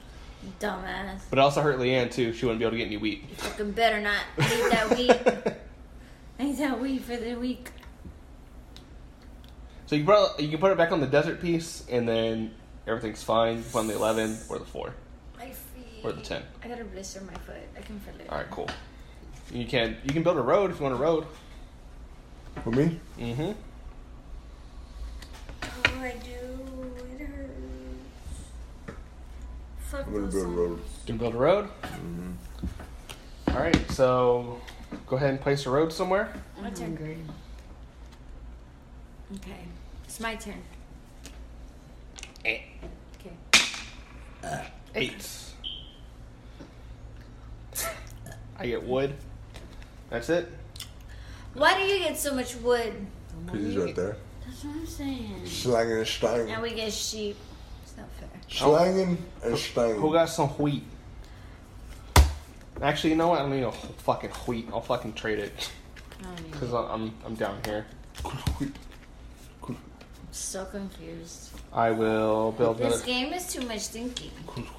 Speaker 3: Dumbass.
Speaker 2: But it also hurt Leanne too. She wouldn't be able to get any wheat.
Speaker 3: Fucking better not. Need
Speaker 6: *laughs*
Speaker 3: that weed. Need that weed for the week.
Speaker 2: *laughs* so you brought you can put it back on the desert piece, and then everything's fine on the eleven or the four
Speaker 3: My feet.
Speaker 2: or the ten.
Speaker 3: I got a blister on my foot. I can feel it.
Speaker 2: All right, cool. You can you can build a road if you want a road.
Speaker 4: For me?
Speaker 2: Mm-hmm.
Speaker 3: Oh, I do. It hurts. Fuck
Speaker 4: I'm gonna
Speaker 3: those
Speaker 4: build a road.
Speaker 2: You can build a road. All right, so go ahead and place a road somewhere.
Speaker 3: songs. My turn. Okay. It's my turn.
Speaker 2: Eh.
Speaker 3: Okay.
Speaker 2: Eight. I get wood. That's it.
Speaker 3: Why do you get so much wood?
Speaker 4: Cause he's right there.
Speaker 6: That's what I'm saying.
Speaker 4: Slanging and
Speaker 3: And
Speaker 4: stanging.
Speaker 3: we get sheep. It's not fair.
Speaker 4: Slanging and stanging.
Speaker 2: Who got some wheat? Actually, you know what? I don't need a wh- fucking wheat. I'll fucking trade it
Speaker 3: I don't even.
Speaker 2: because I'm I'm down here.
Speaker 3: I'm so confused.
Speaker 2: I will build
Speaker 3: This
Speaker 2: another
Speaker 3: game is too much thinking.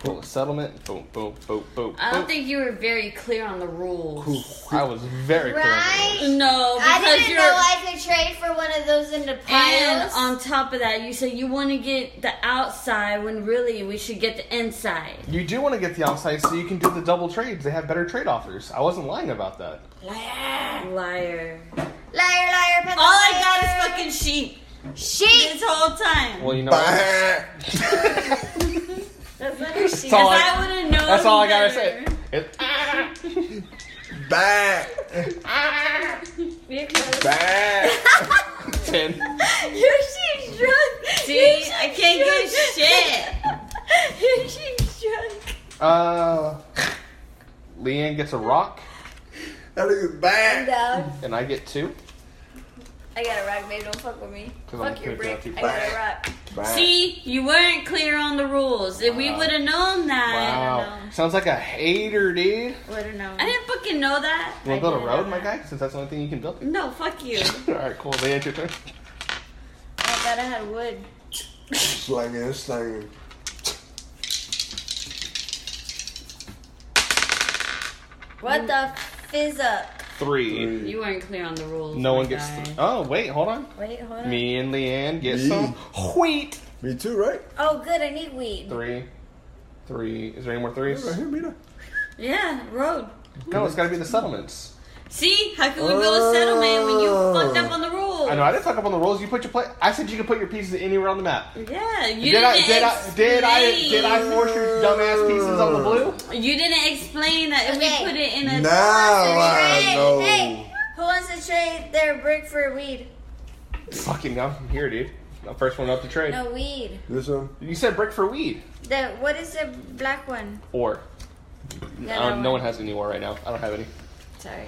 Speaker 2: build a settlement. Boom, boom, boom, boom.
Speaker 6: I don't
Speaker 2: boom.
Speaker 6: think you were very clear on the rules.
Speaker 2: I was very clear. on
Speaker 3: Right?
Speaker 6: No, because
Speaker 3: I didn't
Speaker 6: you're.
Speaker 3: know I could trade for one of those in the
Speaker 6: and
Speaker 3: piles.
Speaker 6: on top of that, you said you want to get the outside when really we should get the inside.
Speaker 2: that. You do want to get the outside so you can do the double trades. They have better trade offers. I wasn't lying about that.
Speaker 6: Liar.
Speaker 3: liar, liar, peasant.
Speaker 6: All I got
Speaker 3: liar.
Speaker 6: is fucking sheep
Speaker 3: sheep.
Speaker 6: this whole time.
Speaker 2: Well, you know. what?
Speaker 4: Bah!
Speaker 3: That's not her sheep.
Speaker 2: That's all
Speaker 6: I
Speaker 2: I,
Speaker 6: would have known.
Speaker 2: that's all I gotta say.
Speaker 6: better.
Speaker 2: It-
Speaker 4: Bah! Bah!
Speaker 2: ten.
Speaker 6: *laughs*
Speaker 3: Your sheep's drunk.
Speaker 6: See, I can't get shit. *laughs*
Speaker 3: Your sheep's drunk.
Speaker 2: Uh, Leanne gets a rock,
Speaker 4: That nigga's bah!
Speaker 3: I'm down.
Speaker 2: and I get two.
Speaker 3: I got a rock, baby. Don't fuck with me.
Speaker 2: 'Cause I'm
Speaker 3: Fuck your
Speaker 2: gonna
Speaker 3: brick.
Speaker 2: pick you
Speaker 3: I
Speaker 2: up,
Speaker 3: got a rock.
Speaker 4: Bah!
Speaker 6: See, you weren't clear on the rules. If we
Speaker 2: Wow.
Speaker 6: would have known that,
Speaker 2: Wow, sounds like a hater, dude.
Speaker 3: What a no.
Speaker 6: I didn't fucking know that.
Speaker 2: You want to build a
Speaker 3: didn't
Speaker 2: road,
Speaker 3: know
Speaker 2: my
Speaker 3: that.
Speaker 2: guy? Since that's the only thing you can build.
Speaker 6: No, fuck you.
Speaker 2: All right, cool. Leanne, your turn.
Speaker 3: I thought I had wood.
Speaker 4: Slanging and stanging.
Speaker 3: What the fizz up?
Speaker 2: Three.
Speaker 6: You weren't clear on the rules.
Speaker 2: No
Speaker 6: my
Speaker 2: one gets.
Speaker 6: guy.
Speaker 2: Th- oh wait, hold on.
Speaker 3: Wait, hold on.
Speaker 2: Me and Leanne get
Speaker 4: Me.
Speaker 2: some wheat.
Speaker 4: Me too, right?
Speaker 3: Oh, good. I need weed.
Speaker 2: Three, three. Is there any more threes?
Speaker 4: Right here, Mina.
Speaker 6: Yeah, road.
Speaker 2: No, it's got to be the settlements.
Speaker 6: See, how can we build a settlement when you
Speaker 4: Oh.
Speaker 6: fucked up on the rules?
Speaker 2: I know I didn't fuck up on the rules. You put your play. I said you could put your pieces anywhere on the map.
Speaker 6: Yeah, you
Speaker 2: did
Speaker 6: didn't
Speaker 2: I did I did I
Speaker 6: explain.
Speaker 2: did I force your dumbass pieces on the blue?
Speaker 6: You didn't explain that if
Speaker 3: Okay.
Speaker 6: we put it in a.
Speaker 4: Now I
Speaker 2: Oh,
Speaker 3: Hey,
Speaker 4: know.
Speaker 3: hey, who wants to trade their brick for weed?
Speaker 2: Fucking I'm here, dude. The first one up to trade.
Speaker 3: No weed.
Speaker 4: This one?
Speaker 2: You said brick for weed.
Speaker 3: The what is the black one?
Speaker 2: Or
Speaker 3: The
Speaker 2: I
Speaker 3: other
Speaker 2: don't, no one has any more right now. I don't have any.
Speaker 3: Sorry guys.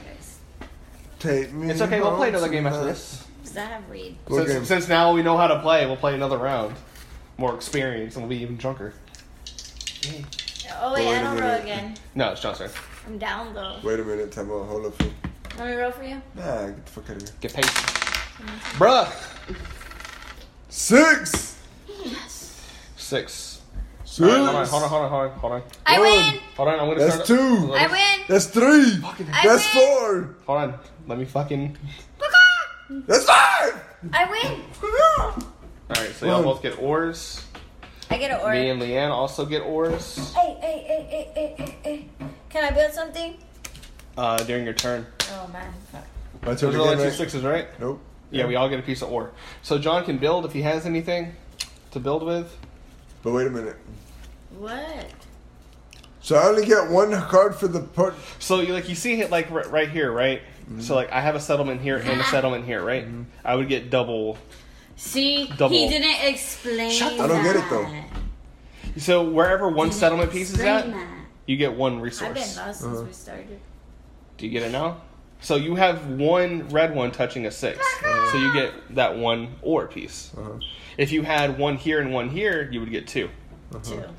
Speaker 4: Take me.
Speaker 2: It's okay. We'll play
Speaker 4: home
Speaker 2: another game after
Speaker 4: tonight.
Speaker 2: this.
Speaker 3: Does that have weed?
Speaker 4: What game?
Speaker 2: Since, since now we know how to play, we'll play another round. More experience, and we'll be even drunker.
Speaker 3: Oh wait,
Speaker 4: Wait
Speaker 3: I
Speaker 4: a
Speaker 3: don't roll
Speaker 4: minute.
Speaker 3: again.
Speaker 2: No, it's John's turn.
Speaker 3: I'm down though.
Speaker 4: Wait a minute, time out. Hold up. fool.
Speaker 3: Let me roll for you.
Speaker 4: Nah, get the fuck out of here.
Speaker 2: Get paid, bruh.
Speaker 4: Six!
Speaker 2: Six.
Speaker 4: Six!
Speaker 2: All right, hold on, hold on, hold on, hold on, hold on,
Speaker 3: I
Speaker 4: One.
Speaker 3: win.
Speaker 2: hold on. I'm gonna
Speaker 4: That's
Speaker 2: start.
Speaker 4: two.
Speaker 2: Let
Speaker 3: I
Speaker 2: me-
Speaker 3: win.
Speaker 4: That's three!
Speaker 3: I
Speaker 4: That's
Speaker 3: win.
Speaker 4: four!
Speaker 2: Hold on. Let me fucking.
Speaker 3: Fuck
Speaker 4: That's five!
Speaker 3: off. I win.
Speaker 5: *laughs*
Speaker 2: All right, so y'all
Speaker 4: One.
Speaker 2: both get oars.
Speaker 3: I get an orange.
Speaker 2: Me and Leanne also get oars
Speaker 3: Hey, hey, hey, hey, hey, hey, hey. Can I build something?
Speaker 2: uh, during your turn.
Speaker 3: Oh man. fuck.
Speaker 4: My turn
Speaker 2: Those are only
Speaker 4: again,
Speaker 2: two
Speaker 4: right?
Speaker 2: sixes, right?
Speaker 4: Nope.
Speaker 2: Yeah, we all get a piece of ore. So John can build if he has anything to build with.
Speaker 4: But wait a minute.
Speaker 3: What?
Speaker 4: So I only get one card for the part.
Speaker 2: So you like you see it like r- right here, right? So like I have a settlement here and a settlement here, right? I would get double.
Speaker 6: See,
Speaker 2: Double.
Speaker 6: he didn't explain.
Speaker 2: Shut
Speaker 4: I don't get it,
Speaker 6: that.
Speaker 4: though.
Speaker 2: So wherever one settlement piece is at,
Speaker 6: Explain that.
Speaker 2: you get one
Speaker 5: I've been
Speaker 2: resource.
Speaker 5: lost since we started.
Speaker 2: Do you get it now? So you have one red one touching a 6 So you get that one ore piece.
Speaker 4: Uh-huh.
Speaker 2: If you had one here and one here, you would get two. Uh-huh.
Speaker 5: Two.
Speaker 2: Does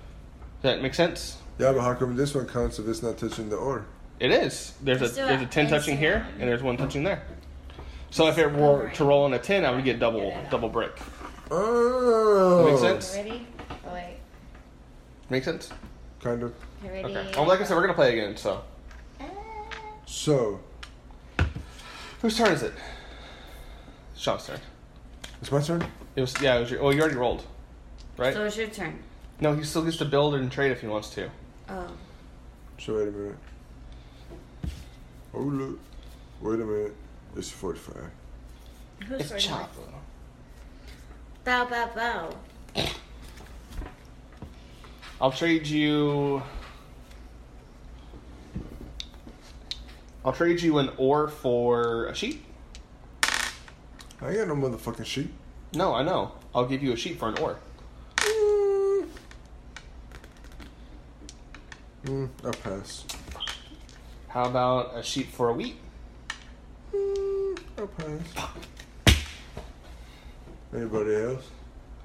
Speaker 2: that make sense?
Speaker 4: Yeah, but how come this one counts if it's not touching the ore?
Speaker 2: It is. There's a
Speaker 5: Let's do
Speaker 2: there's a
Speaker 5: it.
Speaker 2: ten
Speaker 5: Let's
Speaker 2: touching
Speaker 5: do
Speaker 2: here
Speaker 5: it.
Speaker 2: and there's one touching there. So if it were to roll on a ten, I would get double
Speaker 5: Get it.
Speaker 2: double brick.
Speaker 4: Oh,
Speaker 2: Makes sense.
Speaker 5: Ready? Oh, wait.
Speaker 2: Make sense?
Speaker 4: Kind of.
Speaker 5: You Ready? Eh.
Speaker 2: Okay. Well, like I said, we're gonna play again. So
Speaker 4: So
Speaker 2: whose turn is it? It's Sean's turn.
Speaker 4: it's my turn.
Speaker 2: It was yeah. It was your. Well, you already rolled, right?
Speaker 6: So it's your turn.
Speaker 2: no, he still gets to build and trade if he wants to.
Speaker 6: Oh.
Speaker 4: So wait a minute. Oh look, wait a minute. It's forty-five.
Speaker 5: Who's
Speaker 2: It's
Speaker 5: starting?
Speaker 2: Chop.
Speaker 6: Bow, bow, bow.
Speaker 2: I'll trade you. I'll trade you an ore for a sheep.
Speaker 4: I ain't got no motherfucking sheep.
Speaker 2: No, I know. I'll give you a sheep for an ore.
Speaker 4: Mm, I pass.
Speaker 2: How about a sheep for a wheat?
Speaker 4: Mm, I pass. Anybody else?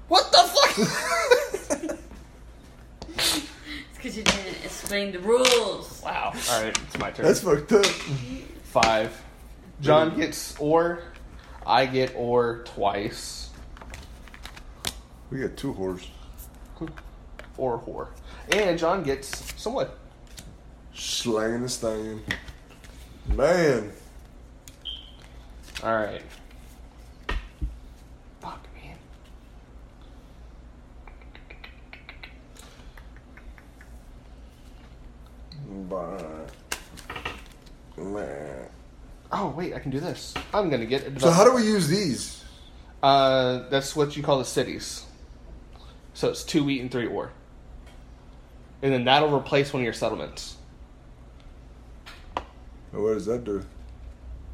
Speaker 2: What the fuck?
Speaker 6: It's because you didn't explain the rules.
Speaker 2: wow. *laughs* All right, it's my turn.
Speaker 4: That's fucked up.
Speaker 2: Five. John gets ore. I get ore twice.
Speaker 4: We got two whores.
Speaker 2: Hmm. Or whore. And John gets some wood.
Speaker 4: Slanging and stinging. Man.
Speaker 2: All right. Fuck, man.
Speaker 4: Bah. Man.
Speaker 2: Oh wait, I can do this. I'm gonna get. A
Speaker 4: So how do we use these?
Speaker 2: Uh, that's what you call the cities. So it's two wheat and three ore. And then that'll replace one of your settlements.
Speaker 4: And What does that do?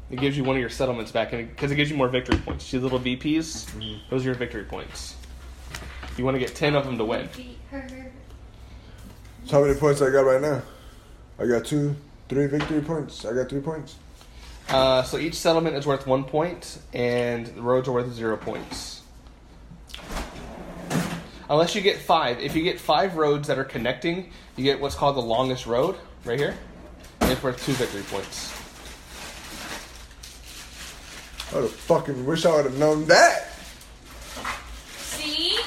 Speaker 2: It gives you one of your settlements back, and because it gives you more victory points. See the little VPs? Those are your victory points. You want to get ten of them to win.
Speaker 3: Beat her.
Speaker 4: So how many points I got right now? I got two, three victory points. I got three points.
Speaker 2: Uh, so each settlement is worth one point, and the roads are worth zero points. Unless you get five. If you get five roads that are connecting, you get what's called the longest road, right here. And it's worth two victory points.
Speaker 4: I would have fucking wish I would have known that.
Speaker 6: See?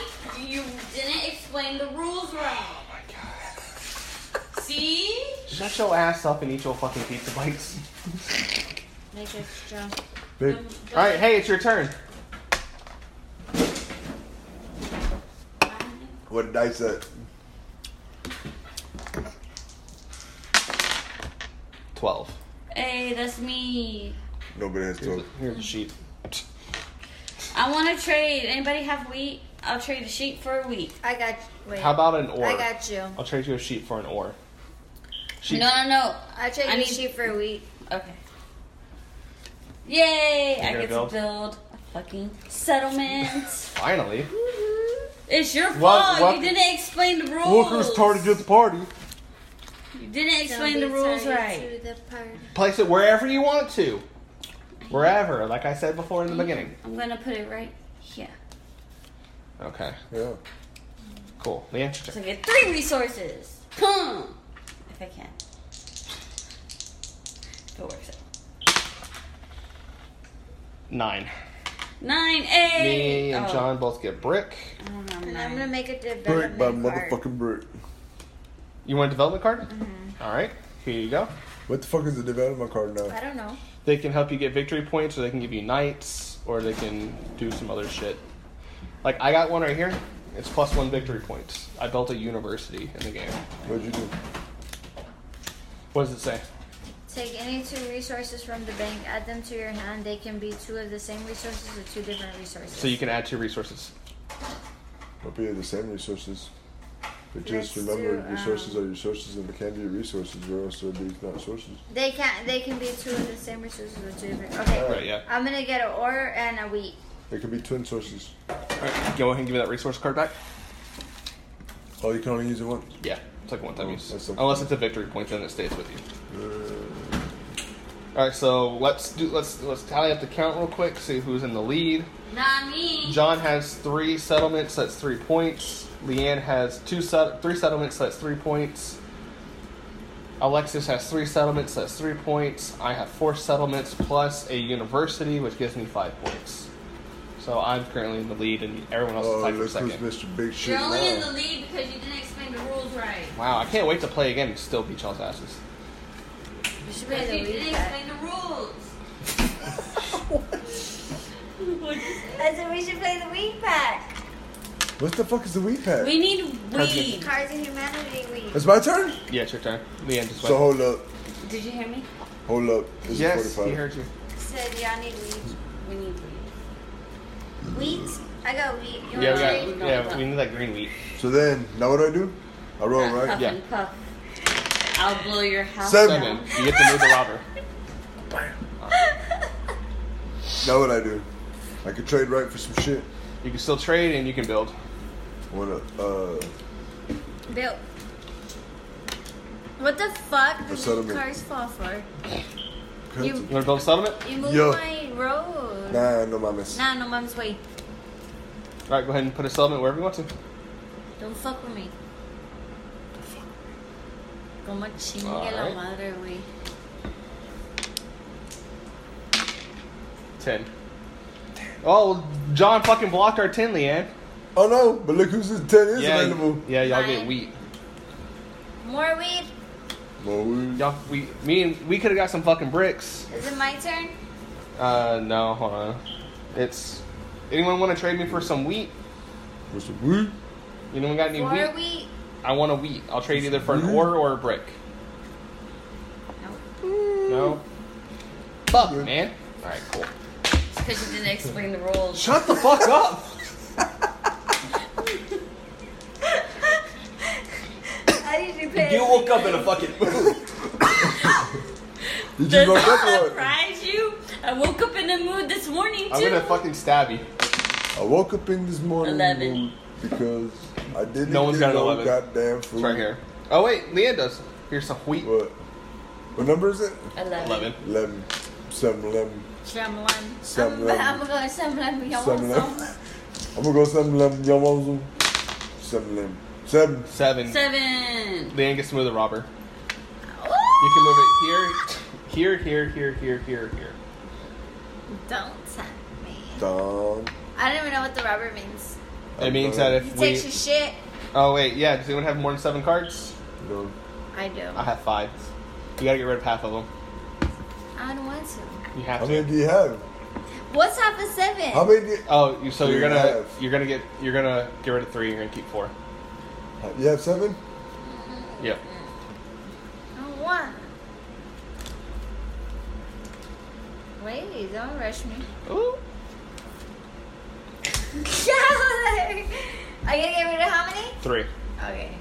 Speaker 6: You didn't explain the rules right.
Speaker 2: Oh my god. *laughs*
Speaker 6: See?
Speaker 2: Shut your ass up and eat your fucking pizza bites.
Speaker 6: Make extra.
Speaker 4: Big
Speaker 2: *laughs* Alright, hey, it's your turn.
Speaker 4: What a dice that?
Speaker 2: 12.
Speaker 6: Hey, that's me.
Speaker 4: Nobody has
Speaker 2: Here's
Speaker 4: told.
Speaker 2: a, here's a sheep.
Speaker 6: I want to trade. Anybody have wheat? I'll trade a sheep for a wheat.
Speaker 5: I got. Wait.
Speaker 2: How about an ore?
Speaker 5: I got you.
Speaker 2: I'll trade you a sheep for an ore. Sheep.
Speaker 6: No, no, no.
Speaker 5: I checked
Speaker 6: I
Speaker 5: I
Speaker 6: need-
Speaker 5: sheep for a week.
Speaker 6: Okay. Yay! I
Speaker 2: gonna
Speaker 6: get
Speaker 2: build?
Speaker 6: to build a fucking
Speaker 2: *laughs*
Speaker 6: settlement.
Speaker 2: Finally.
Speaker 6: it's your fault.
Speaker 2: Wel- wel-
Speaker 6: you didn't explain the rules.
Speaker 4: the party.
Speaker 6: You didn't explain the
Speaker 5: Don't be
Speaker 6: rules
Speaker 5: sorry
Speaker 6: right.
Speaker 5: To the party.
Speaker 2: Place it wherever you want to. Wherever, like I said before in the beginning.
Speaker 6: I'm gonna put it right here.
Speaker 2: Okay,
Speaker 4: Yeah.
Speaker 2: cool. Leanne's
Speaker 6: So
Speaker 2: your turn.
Speaker 6: I get three resources. Come, if I can. If it works out.
Speaker 2: Nine.
Speaker 6: Nine A.
Speaker 2: Me
Speaker 6: Oh.
Speaker 2: and John both get brick.
Speaker 6: I don't know,
Speaker 5: And I'm
Speaker 6: nine.
Speaker 5: gonna make a
Speaker 4: Brick by
Speaker 5: development card.
Speaker 4: motherfucking brick.
Speaker 2: You want a development card? All right, here you go.
Speaker 4: What the fuck is the development card now?
Speaker 5: I don't know.
Speaker 2: They can help you get victory points, or they can give you knights, or they can do some other shit. Like I got one right here. It's plus one victory points. I built a university in the game.
Speaker 4: What'd you do?
Speaker 2: What does it say?
Speaker 5: Take any two resources from the bank, add them to your hand. They can be two of the same resources or two different resources.
Speaker 2: So you can add two resources.
Speaker 4: I'll be the same resources. But just
Speaker 3: Next
Speaker 4: remember,
Speaker 3: to,
Speaker 4: your sources
Speaker 3: um,
Speaker 4: are your sources, and they can be resources, or else they'll be not sources.
Speaker 3: They can they can be two of the same resources or two different. Okay.
Speaker 2: Right, yeah.
Speaker 3: I'm gonna get an ore and a wheat.
Speaker 4: They could be twin sources.
Speaker 2: Alright, go ahead and give me that resource card back.
Speaker 4: Oh, you can only use it once.
Speaker 2: Yeah, it's like a one-time
Speaker 4: Oh,
Speaker 2: use.
Speaker 4: that's Uh. okay.
Speaker 2: Unless it's a victory point, then it stays with you. All right, so let's do let's let's tally up the count real quick. See who's in the lead.
Speaker 6: Not me.
Speaker 2: John has three settlements. That's three points. Leanne has two set three settlements. That's three points. Alexis has three settlements. That's three points. I have four settlements plus a university, which gives me five points. So I'm currently in the lead, and everyone else is
Speaker 4: Oh,
Speaker 2: tied for
Speaker 4: look who's
Speaker 2: second.
Speaker 4: Mr. Big Shit
Speaker 6: You're only in the
Speaker 4: now.
Speaker 6: lead because you didn't explain the rules right.
Speaker 2: Wow, I can't wait to play again and still beat y'all's asses.
Speaker 3: You should be
Speaker 6: Because you
Speaker 3: able to
Speaker 6: didn't
Speaker 3: read that.
Speaker 6: explain the
Speaker 4: *laughs*
Speaker 6: rules.
Speaker 3: I said we should play the wheat pack.
Speaker 4: What the fuck is the wheat pack?
Speaker 6: We need weed.
Speaker 3: Cards of Humanity wheat.
Speaker 4: It's my turn.
Speaker 2: Yeah, it's your turn. Leanne just
Speaker 4: So
Speaker 2: went.
Speaker 4: hold up,
Speaker 6: Did you hear me?
Speaker 4: hold up. This is
Speaker 2: yes, he
Speaker 4: 45.
Speaker 2: heard you.
Speaker 3: Said y'all need wheat.
Speaker 6: We need weed.
Speaker 3: Wheat. I got wheat. You
Speaker 2: Yeah,
Speaker 3: want
Speaker 6: got-
Speaker 2: we
Speaker 3: wheat?
Speaker 2: got, yeah, we need that green wheat.
Speaker 4: So then, now what do I do? I roll,
Speaker 3: *laughs*
Speaker 6: Not
Speaker 4: right?
Speaker 6: Puff
Speaker 2: Yeah.
Speaker 6: and puff. I'll blow your house
Speaker 4: Seven.
Speaker 2: Seven. You get to move the robber.
Speaker 4: Now what I do? I could trade right for some shit.
Speaker 2: You can still trade and you can build.
Speaker 4: I wanna, uh,
Speaker 3: Bill. What the fuck do
Speaker 4: What's that
Speaker 3: these
Speaker 4: about?
Speaker 3: cards fall for?
Speaker 4: cut
Speaker 3: You-
Speaker 2: You want to build a settlement?
Speaker 3: You moved
Speaker 4: Yo.
Speaker 3: my road.
Speaker 4: to- nah, no mames.
Speaker 3: Nah, no mom's way.
Speaker 2: All right, go ahead and put a settlement wherever you want to.
Speaker 3: Don't fuck with me.
Speaker 6: Como chingue la
Speaker 2: Alright.
Speaker 6: madre, güey.
Speaker 2: Ten. Oh, John fucking blocked our ten, Leanne.
Speaker 4: Oh no, but look who's his 10 is
Speaker 2: yeah,
Speaker 4: available.
Speaker 2: yeah, y'all
Speaker 3: Bye.
Speaker 2: get wheat.
Speaker 3: More weed.
Speaker 4: Well, we-
Speaker 2: Y'all, we, me and we could have got some fucking bricks.
Speaker 3: Is it my turn?
Speaker 2: Uh, no, hold on. It's anyone want to trade me for some wheat?
Speaker 4: What's the wheat?
Speaker 2: You know, we got any
Speaker 3: More
Speaker 2: wheat?
Speaker 3: wheat.
Speaker 2: I want a wheat. I'll trade either for an ore or a brick. No. Fuck, man. All right, cool.
Speaker 6: Because you didn't explain the rules.
Speaker 2: Shut the fuck up.
Speaker 3: I usually play.
Speaker 2: *laughs* You woke up in a fucking.
Speaker 4: Did you
Speaker 3: *laughs*
Speaker 6: Does
Speaker 4: go up
Speaker 6: that
Speaker 4: or what?
Speaker 6: *laughs* surprise you? I woke up in the mood this morning too.
Speaker 2: I'm gonna fucking stab you.
Speaker 4: I woke up in this morning
Speaker 6: Eleven.
Speaker 4: room because I didn't
Speaker 2: No one's
Speaker 4: get
Speaker 2: got an
Speaker 4: no
Speaker 2: 11.
Speaker 4: goddamn food.
Speaker 2: It's right here. Oh wait, Leanne does. Here's some wheat.
Speaker 4: What? What number is it?
Speaker 6: Eleven.
Speaker 2: Eleven.
Speaker 4: 11. 7 11.
Speaker 6: Shyamalan.
Speaker 4: 7
Speaker 3: I'm, I'm
Speaker 4: 11.
Speaker 3: gonna Shyamalan. Y'all want
Speaker 4: 7
Speaker 3: some?
Speaker 4: 11. I'm gonna go 7 11. Y'all want some? 7 11. 7.
Speaker 2: Seven.
Speaker 6: Seven.
Speaker 2: Leanne gets to move the robber. You can move it here, here, here, here, here, here, here.
Speaker 3: Don't send me.
Speaker 4: Dun.
Speaker 3: I don't even know what the rubber means.
Speaker 2: It means that
Speaker 3: You
Speaker 2: if we.
Speaker 3: take your shit.
Speaker 2: Oh wait, yeah. Does anyone have more than seven cards?
Speaker 4: No.
Speaker 3: I do.
Speaker 2: I have five. You gotta get rid of half of them.
Speaker 3: I don't want to.
Speaker 2: You have
Speaker 4: How
Speaker 2: to.
Speaker 4: many do you have?
Speaker 3: What's half a seven?
Speaker 4: How many do you,
Speaker 2: Oh, you, so
Speaker 4: Three
Speaker 2: you're
Speaker 4: and a
Speaker 2: gonna
Speaker 4: half.
Speaker 2: you're gonna get you're gonna get rid of three. You're gonna keep four.
Speaker 4: you have? Seven?
Speaker 2: Yep.
Speaker 3: I don't want. Wait, don't rush me. *laughs*
Speaker 2: Ooh.
Speaker 3: I gotta get rid of how many?
Speaker 2: Three.
Speaker 3: Okay.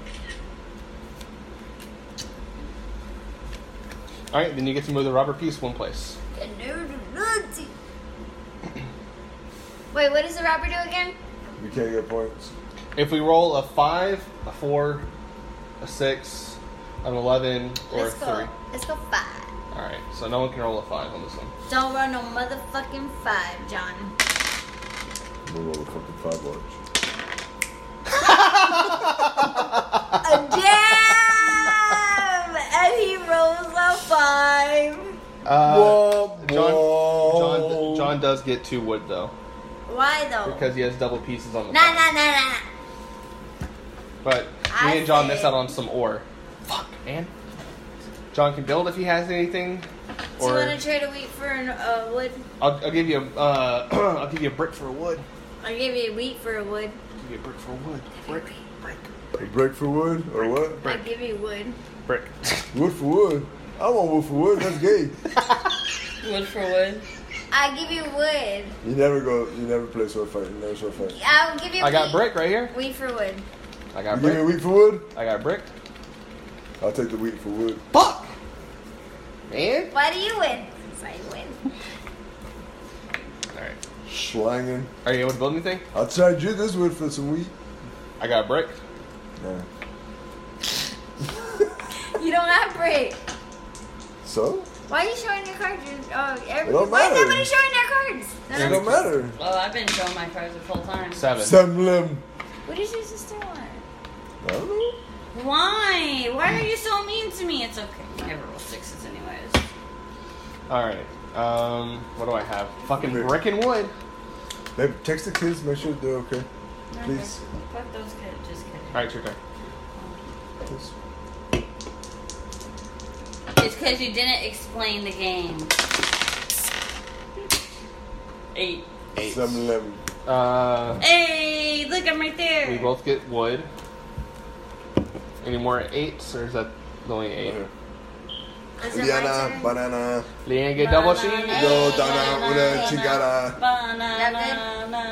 Speaker 2: All right, then you get to move the robber piece one place.
Speaker 3: Wait, what does the robber do again?
Speaker 4: You can't get points.
Speaker 2: If we roll a five, a four, a six, an eleven, or
Speaker 3: Let's
Speaker 2: a
Speaker 3: go.
Speaker 2: three.
Speaker 3: Let's go five.
Speaker 2: All right, so no one can roll a five on this one.
Speaker 3: Don't run no motherfucking five,
Speaker 2: *laughs*
Speaker 3: John.
Speaker 4: I'm gonna roll a fucking five watch.
Speaker 3: A damn! And he rolls a five.
Speaker 2: Uh,
Speaker 4: Whoa,
Speaker 2: John-
Speaker 4: whoa.
Speaker 2: John, John does get two wood though
Speaker 3: Why though?
Speaker 2: because he has double pieces on the.
Speaker 3: nah,
Speaker 2: top.
Speaker 3: nah, nah, nah.
Speaker 2: But
Speaker 3: I
Speaker 2: me and John
Speaker 3: say-
Speaker 2: miss out on some ore. Fuck, man. John can build if he has anything,
Speaker 3: Do you
Speaker 2: or
Speaker 3: want to trade a wheat for an uh, wood?
Speaker 2: I'll, I'll give you a uh, *clears throat* I'll give you a brick for a wood.
Speaker 3: I'll give you a wheat for a wood.
Speaker 2: Give you a brick for a wood. Brick, brick,
Speaker 4: A break for wood or what?
Speaker 3: I'll give you wood.
Speaker 2: brick.
Speaker 4: Wood for wood. I want wood for wood. That's gay.
Speaker 6: Wood for wood.
Speaker 3: I'll give you wood.
Speaker 4: You never go. You never play sword fight. You never sword fight.
Speaker 3: I'll give you.
Speaker 2: I got
Speaker 3: wheat.
Speaker 2: brick right here.
Speaker 3: Wheat for wood.
Speaker 2: I
Speaker 4: You
Speaker 2: got
Speaker 4: give me
Speaker 2: bricked.
Speaker 4: wheat for wood?
Speaker 2: I got bricked.
Speaker 4: I'll take the wheat for wood.
Speaker 2: Fuck! Man.
Speaker 3: Why do you win? Since I win.
Speaker 2: Alright.
Speaker 4: Schlangin'.
Speaker 2: Are you able to build anything?
Speaker 4: I'll charge you this wood for some wheat.
Speaker 2: I got bricked.
Speaker 4: Nah.
Speaker 3: You don't have break.
Speaker 4: So?
Speaker 3: Why are you showing your cards? You're- Oh, every,
Speaker 4: It don't
Speaker 3: why is
Speaker 4: matter.
Speaker 3: everybody showing their cards? No,
Speaker 4: It
Speaker 3: no.
Speaker 4: don't matter.
Speaker 6: Oh, I've been showing my cards the whole time.
Speaker 2: Seven.
Speaker 4: Semblem.
Speaker 3: What does your sister want?
Speaker 4: I don't know.
Speaker 6: Why? Why are you so mean to me? It's okay. I roll sixes anyways.
Speaker 2: Alright. Um, what do I have? Fucking
Speaker 4: Brick.
Speaker 2: brick and wood.
Speaker 4: Babe, text the kids, make sure they're okay. Please.
Speaker 6: Fuck those kids. Just kidding.
Speaker 2: Alright, your turn.
Speaker 4: Please.
Speaker 6: It's because you didn't explain the game. Eight.
Speaker 2: Eight.
Speaker 4: Semblem.
Speaker 2: Uh,
Speaker 6: Hey, look, I'm right there.
Speaker 2: we both get wood. Any more eights, or is that the only eight?
Speaker 4: Okay.
Speaker 6: Is it my
Speaker 4: Indiana,
Speaker 6: turn?
Speaker 4: banana.
Speaker 2: Leanne get double cheese.
Speaker 6: Banana.
Speaker 4: Yo, dana, una chingada.
Speaker 6: Banana. Banana.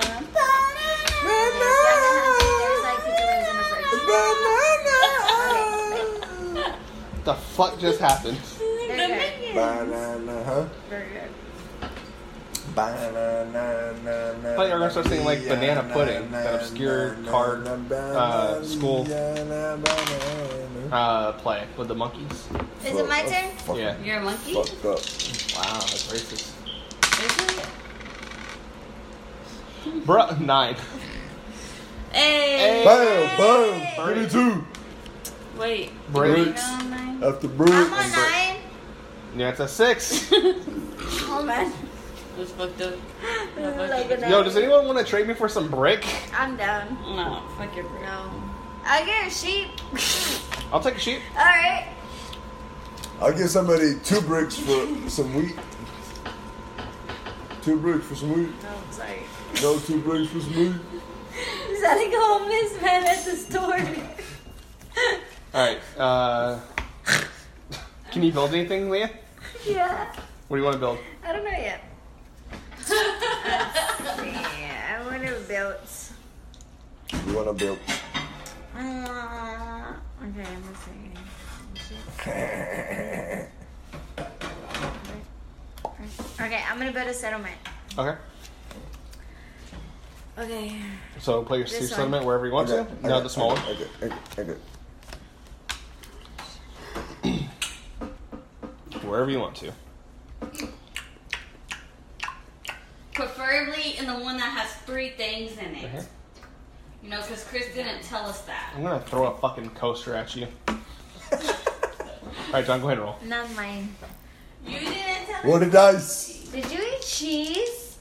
Speaker 3: There's, there's like pictures in the fridge.
Speaker 4: Banana.
Speaker 2: The fuck just happened?
Speaker 4: Banana, huh?
Speaker 3: Very good.
Speaker 4: Banana. I
Speaker 2: thought you were gonna start singing, like, Banana Pudding, that obscure card, uh, school.
Speaker 4: Banana.
Speaker 2: Uh, play with the monkeys.
Speaker 3: Is it my turn?
Speaker 4: Fuck,
Speaker 2: Yeah.
Speaker 6: You're a monkey? Is
Speaker 4: Fuck up.
Speaker 2: Wow, that's racist.
Speaker 6: it?
Speaker 2: Bruh, nine.
Speaker 6: Hey.
Speaker 4: Bam, bam.
Speaker 2: Birdie.
Speaker 4: Give me two.
Speaker 6: Wait.
Speaker 2: Bricks.
Speaker 6: Bricks.
Speaker 4: After
Speaker 3: I'm
Speaker 4: Brooke.
Speaker 3: on nine.
Speaker 2: Yeah, it's a six.
Speaker 3: Hold on.
Speaker 6: Just fucked up.
Speaker 3: *laughs* Like a
Speaker 2: Yo,
Speaker 3: nine.
Speaker 2: does anyone want to trade me for some brick?
Speaker 3: I'm down.
Speaker 6: No, fuck your brick.
Speaker 3: No. I get a sheep.
Speaker 2: I'll take a sheep.
Speaker 3: All right.
Speaker 4: I'll give somebody two bricks for some wheat. Two bricks for some wheat.
Speaker 3: No, sorry.
Speaker 4: No, two bricks for some wheat.
Speaker 3: Is that like a homeless man at the store? *laughs*
Speaker 2: All right.
Speaker 4: *laughs*
Speaker 2: Uh, can you build anything, Leah?
Speaker 3: yeah.
Speaker 2: What do you want to build?
Speaker 3: I don't know yet. yeah, I want to build.
Speaker 4: You wanna build?
Speaker 3: Uh, okay, I'm gonna say. Okay, I'm gonna build a settlement.
Speaker 2: Okay.
Speaker 3: Okay.
Speaker 2: So play your
Speaker 3: This
Speaker 2: sea
Speaker 3: one.
Speaker 2: sediment wherever you want to. No, the small one.
Speaker 4: Okay, okay, okay.
Speaker 2: Wherever you want to.
Speaker 6: *laughs* Preferably in the one that has three things in it.
Speaker 4: Uh-huh.
Speaker 2: Okay.
Speaker 6: You know, because Chris didn't tell us that.
Speaker 2: I'm gonna throw a fucking coaster at you. All right, John, go ahead and roll.
Speaker 3: Not mine.
Speaker 6: You didn't tell
Speaker 4: What a dice!
Speaker 3: Did you eat cheese?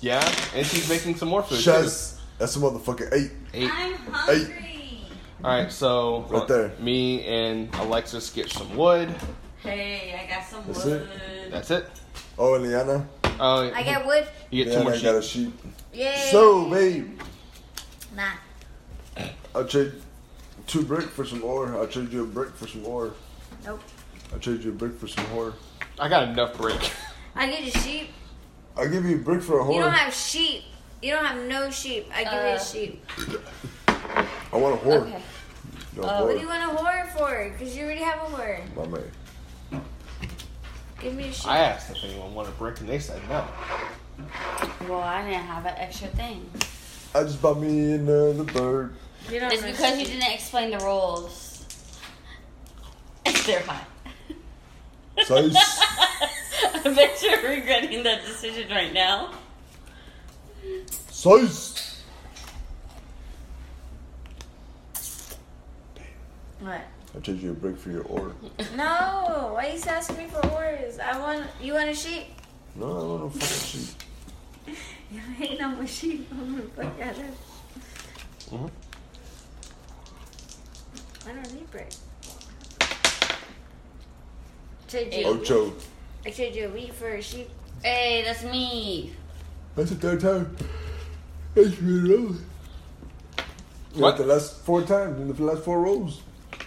Speaker 2: Yeah, and she's making some more food. too.
Speaker 4: Shaz. That's a motherfucking eight.
Speaker 2: Eight.
Speaker 6: I'm hungry.
Speaker 2: All right, so
Speaker 4: Right there.
Speaker 2: me and Alexis get some wood.
Speaker 6: Hey, I got some
Speaker 4: That's
Speaker 6: wood.
Speaker 2: That's it.
Speaker 4: Oh, and Liana.
Speaker 2: Uh,
Speaker 3: I get wood.
Speaker 2: you get two
Speaker 4: Liana
Speaker 2: more
Speaker 4: got a
Speaker 2: sheep.
Speaker 4: sheep.
Speaker 3: Yay.
Speaker 4: So, babe,
Speaker 3: Nah.
Speaker 4: I'll trade two brick for some ore. I'll trade you a brick for some ore.
Speaker 3: Nope.
Speaker 4: I'll trade you a brick for some whore.
Speaker 2: I got enough brick.
Speaker 3: I get you sheep.
Speaker 4: I'll give you a brick for a
Speaker 3: You
Speaker 4: whore.
Speaker 3: don't have sheep. You don't have no sheep. I give you a
Speaker 6: Uh,
Speaker 3: sheep.
Speaker 4: I want a whore.
Speaker 6: Okay.
Speaker 4: No,
Speaker 6: Oh,
Speaker 3: Uh, What do you
Speaker 4: whore.
Speaker 3: want a whore for? Because you already have a whore.
Speaker 4: My man.
Speaker 3: Give me a sheep.
Speaker 2: I asked if anyone wanted brick, and they said no.
Speaker 6: Well, I didn't have an extra thing.
Speaker 4: I just bought me another bird.
Speaker 3: You don't
Speaker 6: It's
Speaker 3: know
Speaker 6: because you
Speaker 3: sheep.
Speaker 6: didn't explain the rules. *laughs* They're hot.
Speaker 3: *laughs*
Speaker 4: Size.
Speaker 6: *laughs* I bet you're regretting that decision right now.
Speaker 4: Size.
Speaker 3: What?
Speaker 4: I'll trade you a brick for your ore.
Speaker 3: No, why you asking me for orders? I want you want a sheep.
Speaker 4: No, I want a fucking sheep.
Speaker 3: *laughs* You ain't no more sheep. I'm gonna fuck out of.
Speaker 2: Mhm.
Speaker 3: I don't need bread. Trade you.
Speaker 4: Ocho.
Speaker 3: I trade you a wheat for a sheep.
Speaker 6: Hey, that's me.
Speaker 4: That's the third time. That's really early.
Speaker 2: What?
Speaker 4: What? The last four times in the last four rolls.
Speaker 2: What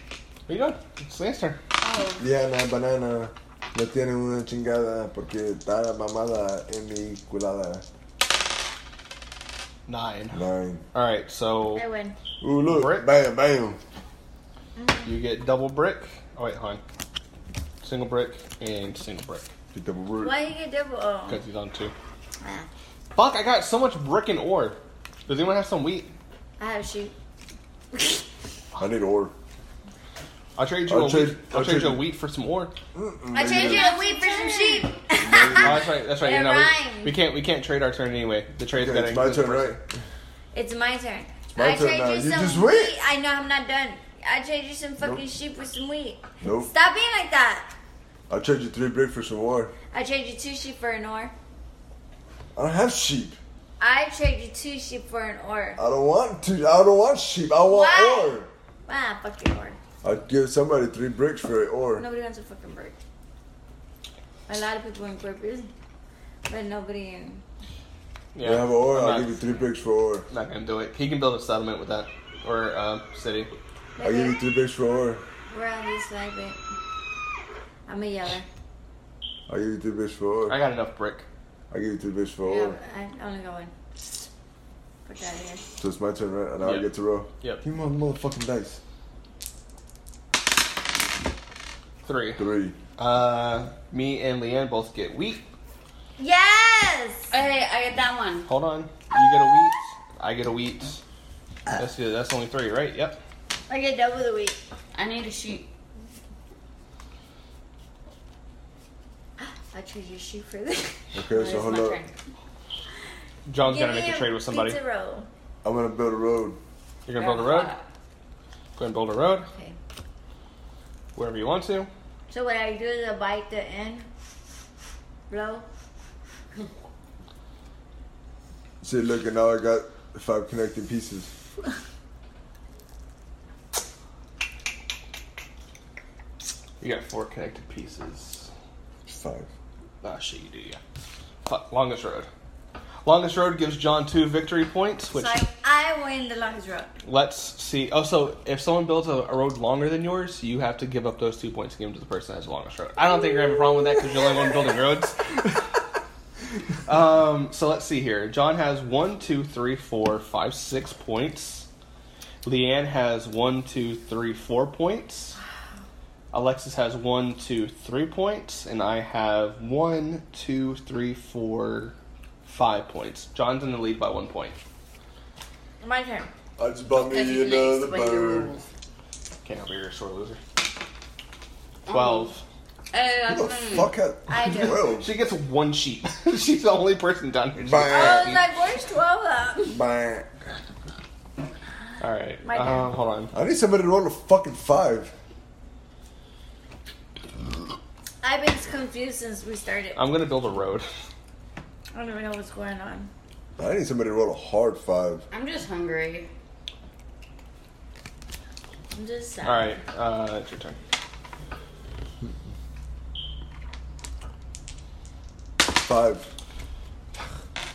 Speaker 2: are you doing? It's Leanne's turn.
Speaker 6: Oh,
Speaker 4: Diana, banana. No tiene una chingada porque está mamada en mi culada.
Speaker 2: Nine.
Speaker 4: Nine.
Speaker 2: All right, so
Speaker 3: I win.
Speaker 4: Ooh, look.
Speaker 2: Brick.
Speaker 4: Bam, bam.
Speaker 2: you get double brick. Oh wait, hold on. Single brick and single brick
Speaker 4: You double brick.
Speaker 3: Why you get double? Oh.
Speaker 2: because he's on two.
Speaker 3: Ah,
Speaker 2: Fuck! I got so much brick and ore. Does anyone have some wheat?
Speaker 3: I have shoot.
Speaker 4: I need ore.
Speaker 2: I'll trade you.
Speaker 4: I'll
Speaker 2: a
Speaker 4: trade-
Speaker 2: wheat. I'll,
Speaker 4: I'll
Speaker 2: trade
Speaker 4: trade
Speaker 2: you a
Speaker 4: you-
Speaker 2: wheat for some ore.
Speaker 3: I traded you a wheat for some sheep. Ah,
Speaker 2: Oh, that's right. That's right.
Speaker 3: It
Speaker 2: You know, we,
Speaker 3: rhymes.
Speaker 2: we can't. We can't trade our turn anyway. The trade's
Speaker 4: Okay,
Speaker 2: got to
Speaker 4: it's my turn, right?
Speaker 3: It's my turn.
Speaker 4: my
Speaker 3: I
Speaker 4: turn
Speaker 3: trade
Speaker 4: now.
Speaker 3: you
Speaker 4: You
Speaker 3: some
Speaker 4: just
Speaker 3: wheat.
Speaker 4: win.
Speaker 3: I know I'm not done. I trade you some fucking sheep with some wheat.
Speaker 4: Nope.
Speaker 3: Stop being like that.
Speaker 4: I trade you three brick for some ore.
Speaker 3: I trade you two sheep for an ore.
Speaker 4: I don't have sheep.
Speaker 3: I trade you two sheep for an ore.
Speaker 4: I don't want to. I don't want sheep. I want
Speaker 3: Why?
Speaker 4: ore.
Speaker 3: Ah, fucking ore.
Speaker 4: I'd give somebody three bricks for an ore.
Speaker 3: Nobody wants a fucking bird. A lot of people in corporate, but nobody in.
Speaker 2: Yeah,
Speaker 4: You have an ore,
Speaker 2: I'm
Speaker 4: I'll
Speaker 2: not,
Speaker 4: give you three bricks for ore.
Speaker 2: not gonna do it. He can build a settlement with that or um, city.
Speaker 4: I'll give you three bricks for ore.
Speaker 3: We're on this side, but I'm a yeller.
Speaker 4: I'll give you three bricks for ore.
Speaker 2: I got enough brick.
Speaker 4: I'll give you three bricks for
Speaker 2: Oh.
Speaker 3: Yeah,
Speaker 4: ore.
Speaker 3: I only got one. Put that in.
Speaker 4: So it's my turn, right? And I'll
Speaker 2: Yep.
Speaker 4: get to roll.
Speaker 2: Yep.
Speaker 4: Give me my motherfucking dice.
Speaker 2: Three.
Speaker 4: Three.
Speaker 2: Uh, me and Leanne both get wheat.
Speaker 3: Yes!
Speaker 6: Hey, I get that one.
Speaker 2: Hold on. You get a wheat. I get a wheat. That's good. That's only three, right? Yep.
Speaker 3: I get double the wheat.
Speaker 6: I need a sheep.
Speaker 3: I trade you sheep for this.
Speaker 4: Okay, so
Speaker 6: It's
Speaker 4: hold
Speaker 6: my
Speaker 4: up.
Speaker 6: turn.
Speaker 2: John's *laughs* gonna
Speaker 3: Give
Speaker 2: make
Speaker 3: me
Speaker 2: a trade with somebody.
Speaker 3: Pizza roll.
Speaker 4: I'm gonna build a road.
Speaker 2: You're gonna build a road. Go ahead and build a road
Speaker 3: Okay.
Speaker 2: wherever you want to.
Speaker 3: So what I do is I bite the end. Blow.
Speaker 4: See, look, and now I got five connecting pieces.
Speaker 2: You got four connected pieces.
Speaker 4: Five.
Speaker 2: Ah, shit, you do, yeah. Fuck, longest road. Longest road gives John two victory points, which
Speaker 3: so I, I win the longest road.
Speaker 2: lets see. Oh, so if someone builds a, a road longer than yours, you have to give up those two points to give them to the person that has the longest road. I don't think you're having a problem with that because you're the only one building roads. um, so let's see here. John has one, two, three, four, five, six points. Leanne has one, two, three, four points. Alexis has one, two, three points, and I have one, two, three, four, five points. John's in the lead by one point.
Speaker 3: My turn.
Speaker 4: I just bought me
Speaker 6: Because you
Speaker 4: another
Speaker 6: laced by your
Speaker 4: bird.
Speaker 6: rules.
Speaker 2: Can't help it, you're a sore loser.
Speaker 6: Oh.
Speaker 2: Twelve.
Speaker 6: Hey, I'm
Speaker 4: Who the
Speaker 6: winning.
Speaker 4: fuck had
Speaker 3: I do.
Speaker 4: twelve?
Speaker 2: She gets one sheep. *laughs* She's the only person down here.
Speaker 4: Bye.
Speaker 3: I
Speaker 6: Oh,
Speaker 3: was like, where's 12 of them?
Speaker 4: Bye.
Speaker 2: All right.
Speaker 3: My turn.
Speaker 2: Um, hold on.
Speaker 4: I need somebody to roll a fucking five.
Speaker 3: I've been confused since we started. I
Speaker 2: I'm gonna build a road. *laughs*
Speaker 3: don't even know what's going on.
Speaker 4: I need somebody to roll a hard five.
Speaker 6: I'm just hungry.
Speaker 3: I'm just sad.
Speaker 2: All right. Uh, it's your turn.
Speaker 4: Five.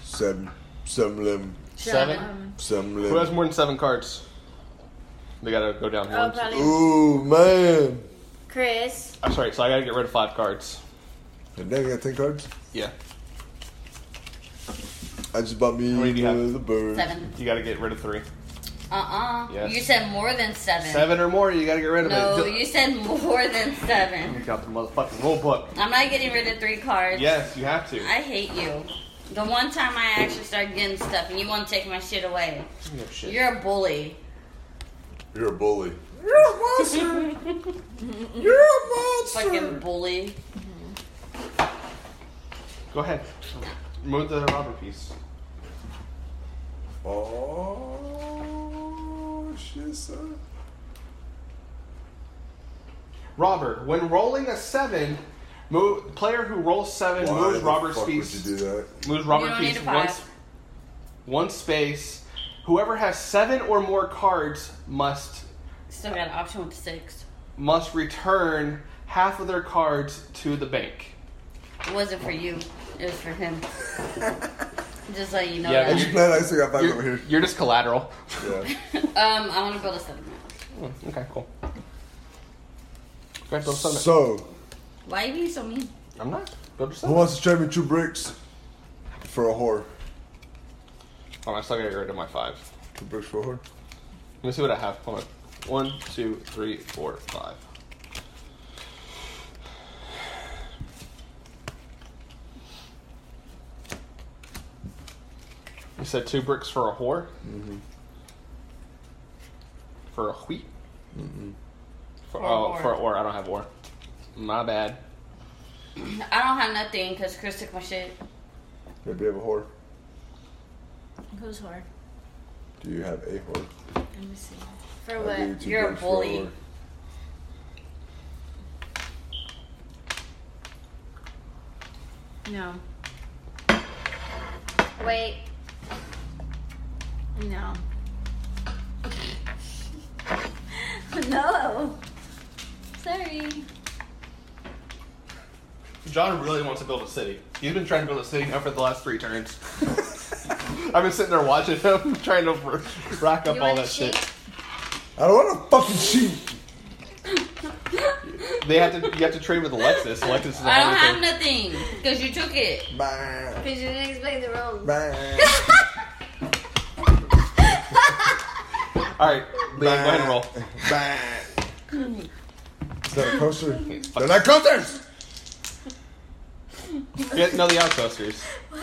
Speaker 4: Seven. Seven eleven.
Speaker 2: Seven.
Speaker 3: Um,
Speaker 4: Seven
Speaker 2: Who has
Speaker 4: eleven.
Speaker 2: more than seven cards? They gotta go down
Speaker 3: oh,
Speaker 2: one.
Speaker 3: probably
Speaker 4: Ooh man.
Speaker 3: Chris.
Speaker 2: I'm sorry. So I gotta get rid of five cards.
Speaker 4: And then I got ten cards.
Speaker 2: Yeah.
Speaker 4: I just bought me
Speaker 2: How many do you have?
Speaker 4: another bird.
Speaker 6: Seven.
Speaker 2: You gotta get rid of three.
Speaker 6: Uh uh
Speaker 2: Yes.
Speaker 6: You said more than seven.
Speaker 2: Seven or more. You gotta get rid of
Speaker 6: No,
Speaker 2: it. *laughs*
Speaker 6: you said more than seven.
Speaker 2: You got the motherfucking rule book.
Speaker 6: I'm not getting rid of three cards.
Speaker 2: Yes, you have to.
Speaker 6: I hate you. The one time I actually started getting stuff and you want to take my shit away.
Speaker 2: You have shit.
Speaker 6: You're a bully.
Speaker 4: You're a bully.
Speaker 6: Fucking bully.
Speaker 2: Go ahead. Move the robber piece.
Speaker 4: Oh shit, son.
Speaker 2: Robber, when rolling a seven, move player who rolls seven
Speaker 4: Why
Speaker 2: moves
Speaker 4: the
Speaker 2: Robert's
Speaker 4: fuck
Speaker 2: piece.
Speaker 4: would you do that?
Speaker 2: moves
Speaker 6: You
Speaker 2: Robert
Speaker 6: don't need
Speaker 2: piece
Speaker 6: a five.
Speaker 2: once one space. Whoever has seven or more cards must
Speaker 6: Still got an option with six.
Speaker 2: must return half of their cards to the bank.
Speaker 6: It wasn't for you. It was for him. Just let you know
Speaker 2: Yeah,
Speaker 4: I
Speaker 6: that. *laughs*
Speaker 4: just glad I still got five over
Speaker 2: You're,
Speaker 4: here.
Speaker 2: you're just collateral. *laughs*
Speaker 4: Yeah.
Speaker 6: Um, I want to build a settlement.
Speaker 2: Hmm, okay, cool. Grab those summit.
Speaker 4: So,
Speaker 6: Why are you being so mean? *clears throat*
Speaker 2: I'm not. Build your
Speaker 4: who
Speaker 2: summit.
Speaker 4: wants to trade me two bricks for a whore?
Speaker 2: Oh, I still gotta get rid of my five.
Speaker 4: Two bricks for her.
Speaker 2: Let me see what I have. Hold on. One, two, three, four, five. You said two bricks for a whore?
Speaker 4: Mm-hmm.
Speaker 2: For a wheat?
Speaker 4: Mm-hmm.
Speaker 2: For,
Speaker 6: Or a
Speaker 2: oh,
Speaker 6: whore.
Speaker 2: for a whore. I don't have whore. My bad.
Speaker 6: I don't have nothing because Chris took my shit.
Speaker 4: Yeah, do you have a whore?
Speaker 6: Who's hard?
Speaker 4: Do you have a whore?
Speaker 6: Let me see. For
Speaker 4: I'll give you
Speaker 6: what?
Speaker 4: two
Speaker 6: You're a
Speaker 4: bricks for
Speaker 6: bully.
Speaker 4: whore.
Speaker 6: No.
Speaker 3: Wait. *laughs*
Speaker 6: No. no. Sorry.
Speaker 2: John really wants to build a city. He's been trying to build a city now for the last three
Speaker 4: *laughs*
Speaker 2: turns. I've been sitting there watching him, *laughs* trying to r- rack up
Speaker 3: You
Speaker 2: all
Speaker 3: want a
Speaker 2: that
Speaker 3: sheep?
Speaker 2: shit.
Speaker 4: I don't want a fucking sheep.
Speaker 2: They have to. You have to trade with Alexis. Alexis is a
Speaker 6: I don't
Speaker 2: hundred
Speaker 6: have nothing because you took it. *laughs*
Speaker 4: Bah.
Speaker 3: Because you didn't explain the rules.
Speaker 4: Bah.
Speaker 3: *laughs*
Speaker 2: All right, Leon, go ahead and roll.
Speaker 4: Bah. Is that a
Speaker 6: *laughs*
Speaker 4: coaster? They're not coasters!
Speaker 2: *laughs* Yeah, no, the outcoasters.
Speaker 4: Oh,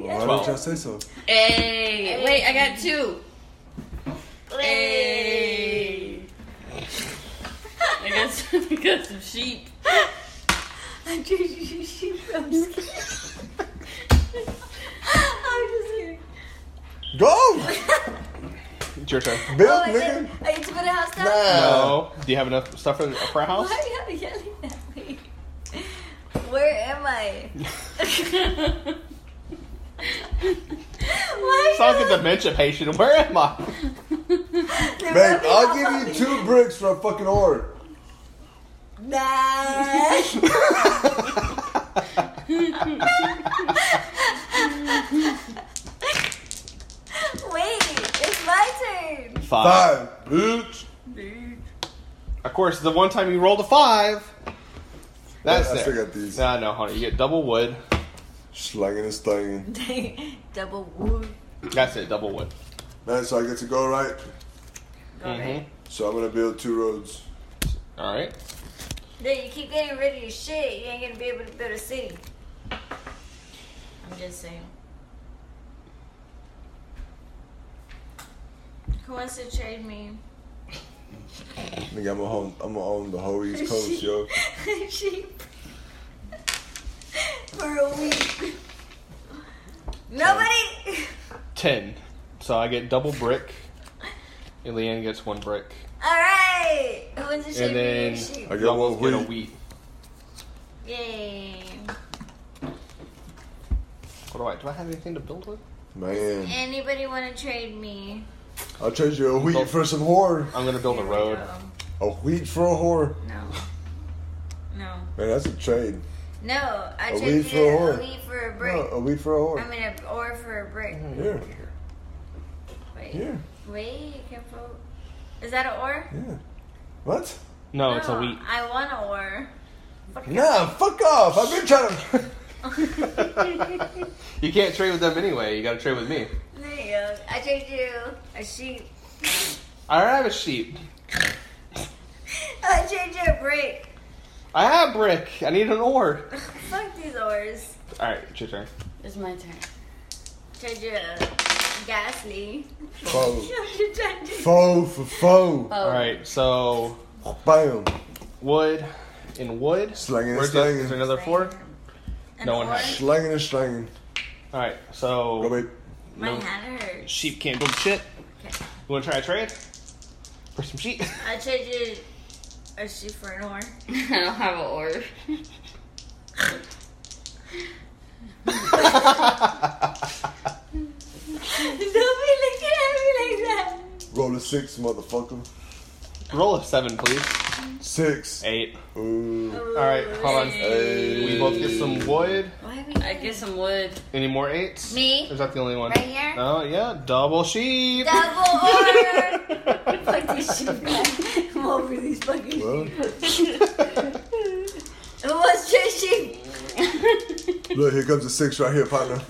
Speaker 4: why
Speaker 2: Twelve.
Speaker 4: don't y'all say so?
Speaker 6: Hey, wait, I got two. Hey. I got
Speaker 3: *laughs*
Speaker 6: *laughs* some, I got some sheep.
Speaker 5: I'm just sheep. I'm just
Speaker 3: *laughs*
Speaker 5: kidding. I'm just kidding.
Speaker 6: Oh,
Speaker 4: Go!
Speaker 3: *laughs*
Speaker 2: It's your turn.
Speaker 4: Build,
Speaker 5: I
Speaker 4: nigga!
Speaker 5: Are you to put a house down?
Speaker 4: Nah.
Speaker 2: No. Do you have enough stuff for, for a house?
Speaker 5: *laughs* Why are you yelling at me? Where am I? *laughs* Why?
Speaker 2: Sounds like a dementia patient. Where am I? *laughs*
Speaker 4: Babe, I'll give you two bricks for a fucking whore.
Speaker 5: *laughs* Nah. *laughs*
Speaker 3: Wait, it's my turn.
Speaker 2: Five.
Speaker 4: Five. Bitch.
Speaker 2: Of course, the one time you rolled a five. That's
Speaker 4: Yeah, I
Speaker 2: there.
Speaker 4: still got these.
Speaker 2: Nah, no, honey. You get double wood.
Speaker 4: Slanging and slanging.
Speaker 5: Double wood.
Speaker 2: That's it. Double wood.
Speaker 4: Man, so I get to go right.
Speaker 2: Mhm.
Speaker 4: So I'm gonna build two roads.
Speaker 2: All right.
Speaker 3: Dude, you keep getting rid of your shit. You ain't gonna be able to build a
Speaker 5: *laughs*
Speaker 3: city.
Speaker 6: I'm just saying. Who wants to trade me?
Speaker 4: Nigga, I'm gonna own, I'm gonna own the whole East Coast, yo.
Speaker 5: sheep. *laughs* For a week.
Speaker 4: *laughs*
Speaker 5: Nobody. *laughs*
Speaker 2: Ten. So I get double brick. And Leanne gets one brick.
Speaker 5: All right. Who wants to shave
Speaker 2: And then
Speaker 5: me? Sheep.
Speaker 4: I
Speaker 2: you
Speaker 4: got
Speaker 2: almost
Speaker 4: one
Speaker 2: get a
Speaker 4: wheat.
Speaker 2: wheat.
Speaker 5: Yay.
Speaker 2: What do I? Do I have anything to build with?
Speaker 4: Man,
Speaker 5: Anybody want to trade me?
Speaker 4: I'll trade you a wheat for some whore.
Speaker 2: I'm gonna build a road.
Speaker 4: A wheat for a whore.
Speaker 5: No. No.
Speaker 4: Man, that's a trade.
Speaker 5: No. I
Speaker 4: A
Speaker 5: trade
Speaker 4: weed
Speaker 5: you
Speaker 4: for a
Speaker 5: a
Speaker 4: whore.
Speaker 5: weed for a brick.
Speaker 4: No, a wheat for a
Speaker 5: I
Speaker 4: whore.
Speaker 5: mean, a, or for a brick.
Speaker 4: Yeah,
Speaker 5: Wait.
Speaker 4: yeah,
Speaker 5: Wait, careful. Is that an or?
Speaker 4: yeah. What?
Speaker 2: No, it's a wheat.
Speaker 5: I want an or.
Speaker 4: Nah, fuck off. I've been trying to.
Speaker 2: *laughs*
Speaker 4: *laughs*
Speaker 2: You can't trade with them anyway. You gotta trade with me.
Speaker 5: There you go.
Speaker 3: I trade you a sheep.
Speaker 5: *laughs*
Speaker 2: I don't have a sheep.
Speaker 3: I trade you a
Speaker 5: *laughs*
Speaker 3: brick.
Speaker 2: I have brick. I need an ore.
Speaker 3: Fuck these oars.
Speaker 2: All right, it's your turn.
Speaker 6: It's my turn.
Speaker 3: Trade you a
Speaker 5: *laughs*
Speaker 3: ghastly.
Speaker 4: Foe.
Speaker 3: Trade you-
Speaker 4: Foe for foe.
Speaker 6: Oh,
Speaker 2: All right, so
Speaker 4: Bam.
Speaker 2: wood and wood.
Speaker 4: Slanging and
Speaker 2: Where's the, is there
Speaker 4: slanging.
Speaker 2: another four? No one
Speaker 3: ore?
Speaker 2: has.
Speaker 4: Slanging and slanging.
Speaker 2: All right,
Speaker 4: Go,
Speaker 2: so
Speaker 4: babe.
Speaker 3: My
Speaker 2: no
Speaker 3: hand hurts.
Speaker 2: sheep can't build shit.
Speaker 3: Okay.
Speaker 2: You want to try a trade for some sheep?
Speaker 3: I trade you a sheep for an
Speaker 5: *laughs*
Speaker 3: oar.
Speaker 6: *laughs* I don't have an order.
Speaker 5: Don't be looking at me like that.
Speaker 4: Roll a six, motherfucker.
Speaker 2: Roll a seven, please.
Speaker 4: Six.
Speaker 2: Eight.
Speaker 4: Ooh.
Speaker 2: All right, hold on.
Speaker 4: Hey.
Speaker 2: We both get some wood.
Speaker 3: Why
Speaker 6: I
Speaker 3: we
Speaker 6: get some wood.
Speaker 2: Any more eights?
Speaker 3: Me?
Speaker 2: Or
Speaker 5: *laughs*
Speaker 2: is that the only one?
Speaker 3: Right here?
Speaker 2: Oh yeah, double sheep. *laughs*
Speaker 3: Double oar!
Speaker 5: *laughs* Fuck these sheep, man. I'm over these fucking sheep.
Speaker 4: Well,
Speaker 5: *laughs* Who wants to trade sheep?
Speaker 3: *laughs* Uh,
Speaker 4: look, here comes a six right here, partner.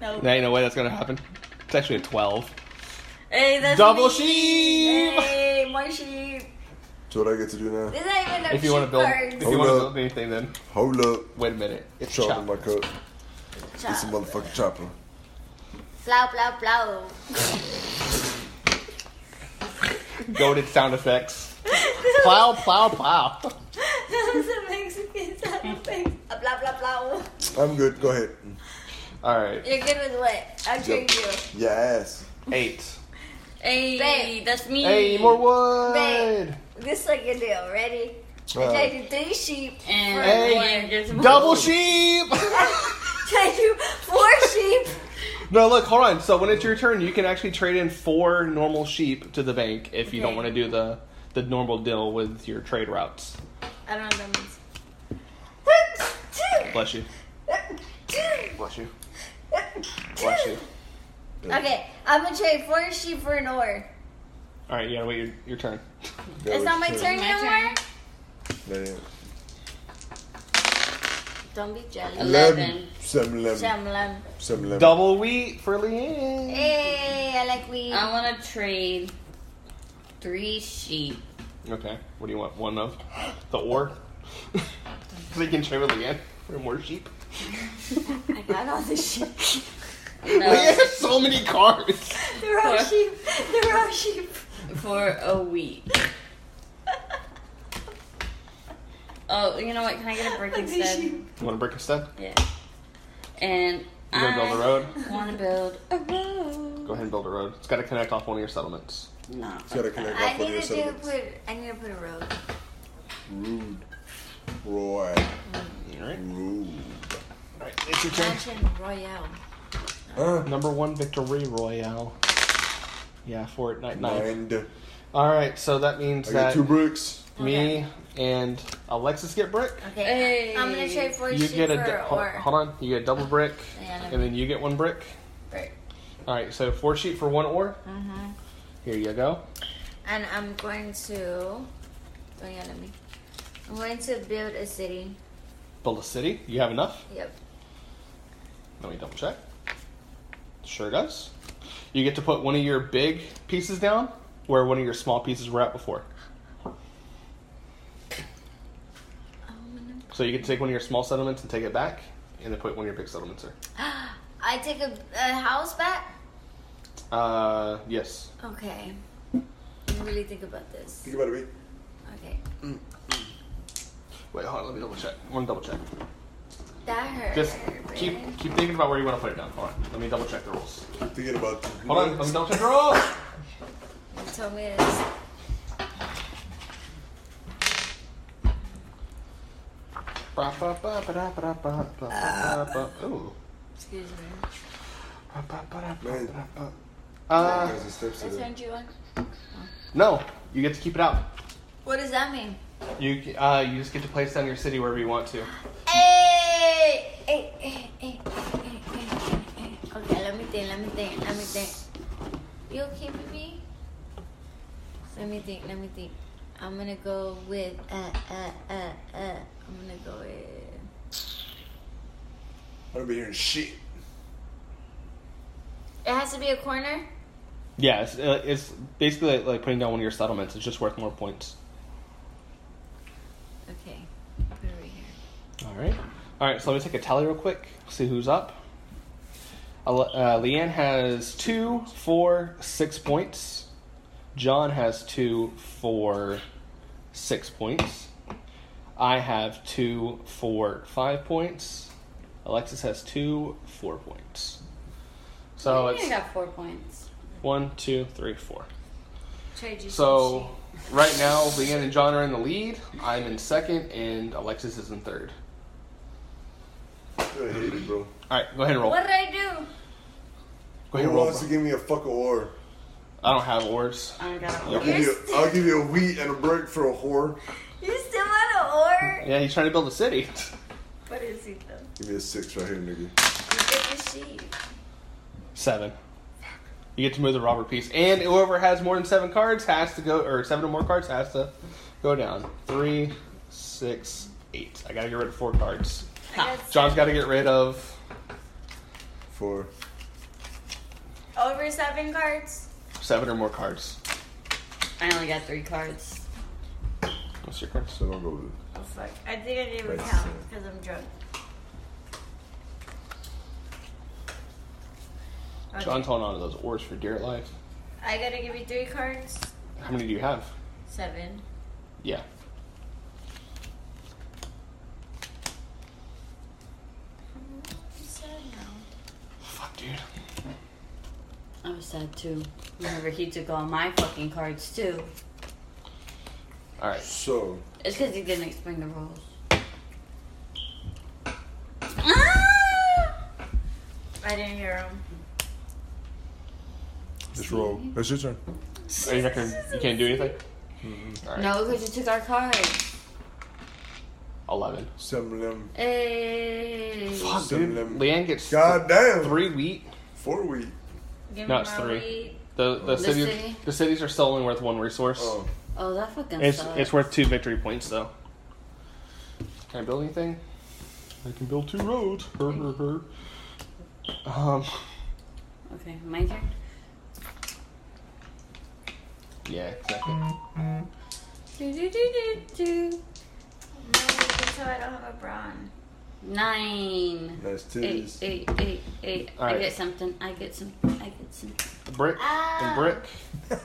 Speaker 6: Nope.
Speaker 2: There ain't no way that's gonna happen. It's actually a twelve.
Speaker 6: Hey, that's
Speaker 2: Double
Speaker 6: me.
Speaker 2: sheep.
Speaker 3: Hey, my sheep.
Speaker 4: So what I get to do now?
Speaker 3: There's not even enough
Speaker 2: If you want to
Speaker 3: sheep
Speaker 2: build, Oh,
Speaker 3: cards.
Speaker 2: if you
Speaker 4: Hold
Speaker 2: want to
Speaker 4: up.
Speaker 2: build anything, then
Speaker 4: Hold up.
Speaker 2: wait a minute. It's
Speaker 4: Chop in
Speaker 2: chop.
Speaker 4: my cup. It's a
Speaker 3: Chop.
Speaker 4: motherfucking chopper.
Speaker 3: Plow, plow,
Speaker 5: *laughs*
Speaker 3: plow.
Speaker 2: Go to sound effects. Plow, plow, plow.
Speaker 6: That was a Mexican sound effect.
Speaker 3: A Plow, plow, plow.
Speaker 4: I'm good. Go ahead.
Speaker 2: All right,
Speaker 3: You're good with what? I'll drink you.
Speaker 4: Your ass.
Speaker 2: eight.
Speaker 6: Hey,
Speaker 3: Babe.
Speaker 6: that's me.
Speaker 2: Hey, more wood.
Speaker 3: Babe. This is like a deal. Ready? I
Speaker 4: Uh,
Speaker 3: tried you three sheep.
Speaker 6: And
Speaker 2: Hey,
Speaker 6: one gets more.
Speaker 2: Double sheep. *laughs*
Speaker 3: tried you four sheep.
Speaker 2: no, look, hold on. So when it's your turn, you can actually trade in four normal sheep to the bank if you don't
Speaker 6: Okay.
Speaker 2: want to do the the normal deal with your trade routes.
Speaker 3: I don't know what that means.
Speaker 2: Bless you. Bless you. Bless you.
Speaker 3: Okay, I'm gonna trade four sheep for an oar.
Speaker 2: All right, you gotta wait your, your turn.
Speaker 4: that
Speaker 3: it's not
Speaker 4: was
Speaker 3: my
Speaker 4: shit.
Speaker 3: turn
Speaker 6: My
Speaker 3: anymore.
Speaker 4: Man.
Speaker 3: Don't be jealous.
Speaker 6: Eleven.
Speaker 4: Lemon. Seven lemon.
Speaker 3: Shyamalan.
Speaker 4: Seven lemon.
Speaker 2: Double wheat for Leanne.
Speaker 3: Hey, I like weed.
Speaker 6: I want to trade three sheep.
Speaker 2: Okay. What do you want? One of *gasps* the *laughs* or? so you can trade with Leanne for more sheep.
Speaker 3: I got all this sheep. *laughs*
Speaker 2: Leanne
Speaker 6: No,
Speaker 2: has so many cards.
Speaker 3: They're all
Speaker 6: Four.
Speaker 3: sheep. They're all sheep.
Speaker 6: for a week. *laughs* Oh, you know what? Can I get
Speaker 3: *laughs*
Speaker 6: a brick
Speaker 3: These
Speaker 6: instead?
Speaker 3: sheep.
Speaker 2: You want a brick instead?
Speaker 6: Yeah. And
Speaker 2: You gonna build a road?
Speaker 6: Want to build a road?
Speaker 2: Go ahead and build a road. It's got to connect off one of your settlements.
Speaker 3: *laughs*
Speaker 6: No.
Speaker 4: You gotta connect
Speaker 3: I
Speaker 4: off one of
Speaker 3: need
Speaker 4: your
Speaker 3: to do
Speaker 4: settlements.
Speaker 3: put. I need to put a road.
Speaker 4: Rude. Roy.
Speaker 2: All right.
Speaker 4: Rude.
Speaker 2: All right. It's your turn.
Speaker 3: Mansion Royale.
Speaker 4: Huh?
Speaker 2: Number one victory royale. Yeah, Fortnite night.
Speaker 4: Mind.
Speaker 2: All right. So that means
Speaker 4: I got
Speaker 2: that
Speaker 4: two bricks.
Speaker 2: me and Alexis get brick.
Speaker 3: Okay.
Speaker 6: Hey.
Speaker 3: I'm gonna trade four
Speaker 2: You
Speaker 3: sheep
Speaker 2: get a
Speaker 3: for
Speaker 2: du-
Speaker 3: an
Speaker 2: hold,
Speaker 3: oar.
Speaker 2: hold on. You get a double brick,
Speaker 3: Yeah,
Speaker 2: and then you get one brick.
Speaker 3: Right.
Speaker 2: All right. So four sheep for one ore. Here you go.
Speaker 3: And I'm going to. Don't yell at me. I'm going to build a city.
Speaker 2: Build a city. You have enough.
Speaker 3: Yep. *gasps*
Speaker 2: Let me double check. Sure does. You get to put one of your big pieces down where one of your small pieces were at before. So you can take one of your small settlements and take it back, and then put one of your big settlements there.
Speaker 3: I take a, a house back.
Speaker 2: Uh, yes.
Speaker 3: Okay. Let me really think about this.
Speaker 4: Think about it,
Speaker 3: Okay.
Speaker 2: Wait, hold on. Let me double check. I want to double check.
Speaker 3: That hurt.
Speaker 2: Just
Speaker 3: but-
Speaker 2: keep keep thinking about where you want to put it down. Hold on. Let me double check the rules.
Speaker 4: babe. Thinking about.
Speaker 2: Hold on. Let me double check the rules.
Speaker 3: You told me this.
Speaker 2: Ooh.
Speaker 3: Excuse me.
Speaker 4: Man.
Speaker 2: Uh,
Speaker 4: Guys, the steps are
Speaker 3: I
Speaker 4: there.
Speaker 3: turned you on.
Speaker 2: no, you get to keep it out.
Speaker 3: What does that mean?
Speaker 2: You uh, you just get to place down your city wherever you want to.
Speaker 3: Hey! Hey, hey, hey, hey, hey, hey, hey. Okay, eh, let me think, let me think, let me think. You okay with me? Let me think, let me think. I'm gonna go with, uh, uh, uh, uh. I'm gonna go with.
Speaker 4: I don't be hearing shit.
Speaker 3: It has to be a corner?
Speaker 2: Yeah, it's, uh, it's basically like, like putting down one of your settlements. It's just worth more points.
Speaker 3: Okay. Put it right here.
Speaker 2: All right, all right. So let me take a tally real quick. See who's up. Ale- Uh, Leanne has two, four, six points. John has two, four, six points. I have two, four, five points. Alexis has two, four points. So
Speaker 6: I
Speaker 2: it's
Speaker 6: got four points.
Speaker 2: One, two, three, four.
Speaker 3: Trade you
Speaker 2: So right now, Leanne and John are in the lead. I'm in second, and Alexis is in third.
Speaker 4: I hate it, bro.
Speaker 2: All right, go ahead and roll.
Speaker 3: What did I do?
Speaker 2: Go ahead
Speaker 4: Who
Speaker 2: and roll.
Speaker 4: wants to give me a fucking or?
Speaker 2: I don't have oars.
Speaker 6: I got a
Speaker 4: I'll give, you, I'll give you a wheat and a brick for a whore.
Speaker 3: You still want an oar?
Speaker 2: Yeah, he's trying to build a city. *laughs*
Speaker 3: What is it though?
Speaker 4: Give me a six right here, nigga.
Speaker 3: You get the sheep.
Speaker 2: Seven. You get to move the robber piece, and whoever has more than seven cards has to go, or seven or more cards has to go down. Three, six, eight. I gotta get rid of four cards.
Speaker 3: I got
Speaker 2: John's got to get rid of
Speaker 4: Four.
Speaker 5: Over seven cards.
Speaker 2: Seven or more cards.
Speaker 6: I only got three cards.
Speaker 2: What's your cards?
Speaker 4: So I'm gonna go with
Speaker 5: Oh fuck! I think I didn't even
Speaker 4: Right,
Speaker 5: count
Speaker 4: so-
Speaker 5: because I'm drunk. Okay.
Speaker 2: John's holding on to those oars for dear life.
Speaker 5: I gotta give you three cards.
Speaker 2: How many do you have?
Speaker 5: Seven.
Speaker 2: Yeah.
Speaker 5: Seven now.
Speaker 2: Fuck, dude.
Speaker 6: I was sad too. Whenever he took all my fucking cards too.
Speaker 2: All
Speaker 4: it.
Speaker 5: *laughs*
Speaker 2: right.
Speaker 4: So,
Speaker 6: It's because he didn't explain the rules.
Speaker 5: Ah. I didn't hear him.
Speaker 4: just roll. It's your turn.
Speaker 2: Are you not gonna, you can't do anything. All right.
Speaker 6: No, because you took our cards.
Speaker 2: Eleven.
Speaker 4: Seven them.
Speaker 6: Hey.
Speaker 2: Fuck,
Speaker 4: Seven
Speaker 2: dude.
Speaker 4: them.
Speaker 2: Leanne gets
Speaker 4: God damn.
Speaker 2: three wheat.
Speaker 4: Four week.
Speaker 5: Give
Speaker 2: No,
Speaker 5: me
Speaker 2: it's
Speaker 5: my
Speaker 2: three.
Speaker 5: weed.
Speaker 2: The the,
Speaker 6: The
Speaker 2: city,
Speaker 6: city.
Speaker 2: the cities are still only worth one resource.
Speaker 4: Oh,
Speaker 6: Oh, that fucking
Speaker 2: It's
Speaker 6: sucks.
Speaker 2: it's worth two victory points though. Can I build anything? I can build two roads. Her, her, her. Um,
Speaker 6: Okay, my turn.
Speaker 2: yeah, exactly.
Speaker 6: Do, do, do, do, do.
Speaker 5: No, so I don't have a brown.
Speaker 6: Nine.
Speaker 4: nice
Speaker 6: Eight,
Speaker 4: titties.
Speaker 6: eight, eight, eight.
Speaker 2: All
Speaker 6: I
Speaker 2: right.
Speaker 6: get something. I get some. I get some.
Speaker 2: A brick
Speaker 6: Ah.
Speaker 2: and brick.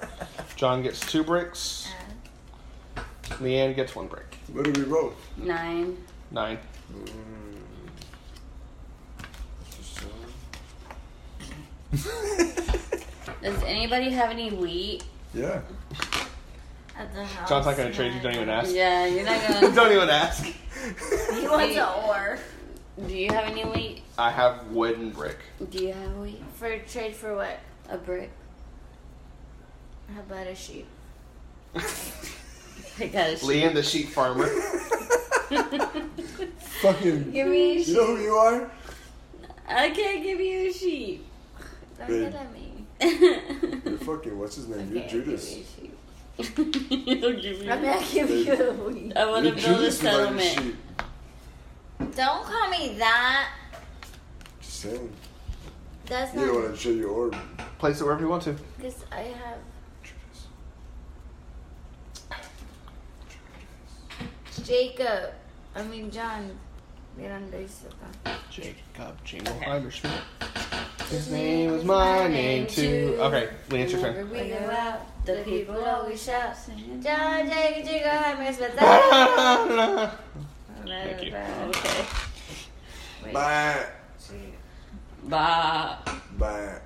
Speaker 2: John gets two bricks.
Speaker 6: Ah.
Speaker 2: Leanne gets one brick.
Speaker 4: What do we roll? Mm.
Speaker 6: Nine.
Speaker 2: Nine.
Speaker 6: Does anybody have any wheat?
Speaker 4: Yeah.
Speaker 5: At the house.
Speaker 2: John's not gonna trade you. Don't even ask.
Speaker 6: Yeah, you're not gonna.
Speaker 2: *laughs* don't even ask.
Speaker 5: He wants an ore.
Speaker 6: Do you have any wheat?
Speaker 2: I have wood and brick.
Speaker 6: Do you have wheat?
Speaker 5: For trade for what?
Speaker 6: A brick.
Speaker 5: How about a sheep?
Speaker 6: I got a sheep.
Speaker 2: Leanne, the sheep farmer.
Speaker 4: Fucking.
Speaker 6: Give
Speaker 3: Hmm.
Speaker 6: me a
Speaker 4: You
Speaker 6: sheep.
Speaker 4: know who you are?
Speaker 6: I can't give you a sheep. *laughs*
Speaker 5: Don't
Speaker 4: Babe.
Speaker 5: get at me.
Speaker 4: You're fucking, what's his name? You're
Speaker 6: Okay,
Speaker 4: Judas.
Speaker 6: You'll give
Speaker 5: I'm
Speaker 6: me.
Speaker 5: gonna give you a weed.
Speaker 6: I want to
Speaker 4: You're
Speaker 6: build a
Speaker 4: Judas invited
Speaker 6: settlement.
Speaker 4: sheep.
Speaker 3: *laughs* Don't call me that.
Speaker 4: Just saying.
Speaker 3: That's
Speaker 4: You don't
Speaker 3: not
Speaker 4: want to show your orb.
Speaker 2: Place it wherever you want to.
Speaker 3: because I have.
Speaker 4: Judas.
Speaker 3: Jacob. I mean John. Miranda is okay.
Speaker 2: Jacob Jingleheimer Schmidt. His name is my name too. Okay, Leanne's your turn. *laughs*
Speaker 3: Whenever we go out, the people always shout.
Speaker 6: Singing.
Speaker 3: John, Jacob, Jacob, I miss with
Speaker 2: Thank you.
Speaker 6: Okay.
Speaker 4: Bye.
Speaker 6: Bah.
Speaker 4: Bye.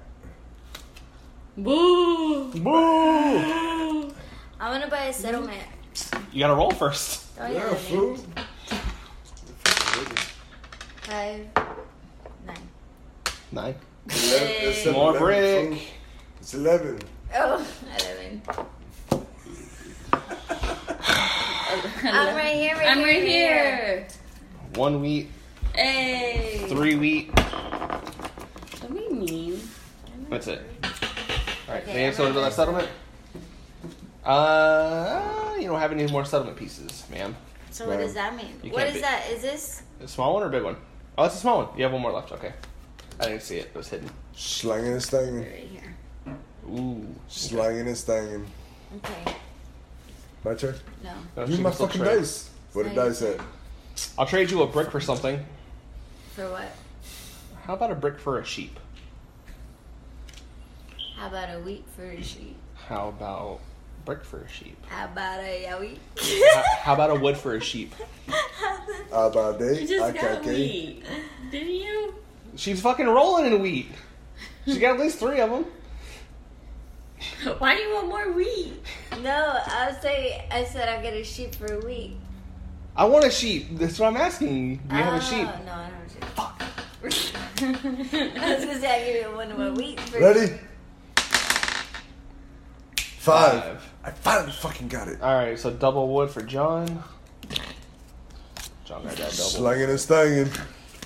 Speaker 6: Boo.
Speaker 2: Boo!
Speaker 3: I'm gonna buy a settlement.
Speaker 2: You gotta roll first.
Speaker 3: Oh,
Speaker 4: Yeah,
Speaker 3: yeah.
Speaker 4: fool.
Speaker 3: Five, nine.
Speaker 2: Nine.
Speaker 4: It's 11, it's
Speaker 6: Yay.
Speaker 2: More
Speaker 4: 11,
Speaker 2: brick.
Speaker 4: fool. It's 11.
Speaker 3: Oh, *laughs* 11.
Speaker 6: I'm
Speaker 3: I'm right here. Right
Speaker 6: I'm
Speaker 3: here,
Speaker 6: right here.
Speaker 2: One wheat,
Speaker 6: Hey.
Speaker 2: three wheat.
Speaker 6: Don't be mean.
Speaker 2: That's it. Alright,
Speaker 3: Okay,
Speaker 2: Leanne, so to that settlement? Uh, you don't have any more settlement pieces, ma'am.
Speaker 3: So, what does that mean?
Speaker 2: You
Speaker 3: What
Speaker 2: can't
Speaker 3: is
Speaker 2: be-
Speaker 3: that? Is this.
Speaker 2: A small one or a big one? Oh, it's a small one. You have one more left. Okay. I didn't see it. It was hidden.
Speaker 4: Slanging and stanging.
Speaker 6: Right here.
Speaker 2: Ooh.
Speaker 4: Slanging and stanging.
Speaker 3: Okay.
Speaker 4: My turn.
Speaker 2: No,
Speaker 4: Use
Speaker 2: she
Speaker 4: my
Speaker 2: can still
Speaker 4: fucking
Speaker 2: trade.
Speaker 4: dice. What the dice at?
Speaker 2: I'll trade you a brick for something.
Speaker 3: For what?
Speaker 2: How about a brick for a sheep?
Speaker 3: How about a week for a sheep?
Speaker 2: How about brick for a sheep?
Speaker 3: How about a yowie?
Speaker 2: How, *laughs* how about a wood for a sheep?
Speaker 4: How about they?
Speaker 6: You just got
Speaker 4: Akake.
Speaker 6: wheat. Didn't you?
Speaker 2: She's fucking rolling in wheat. She got at least three of them.
Speaker 6: Why do you want more wheat?
Speaker 3: No, I was saying, I said I'll get a sheep for a week.
Speaker 2: I want a sheep. That's what I'm asking. Do you have a
Speaker 3: Oh,
Speaker 2: sheep?
Speaker 3: No, I don't have a sheep. *laughs* I was gonna say I give you one more week for
Speaker 4: Ready? Five. I finally fucking got it.
Speaker 2: All right, so double wood for John. John got that double.
Speaker 4: Slanging and stanging.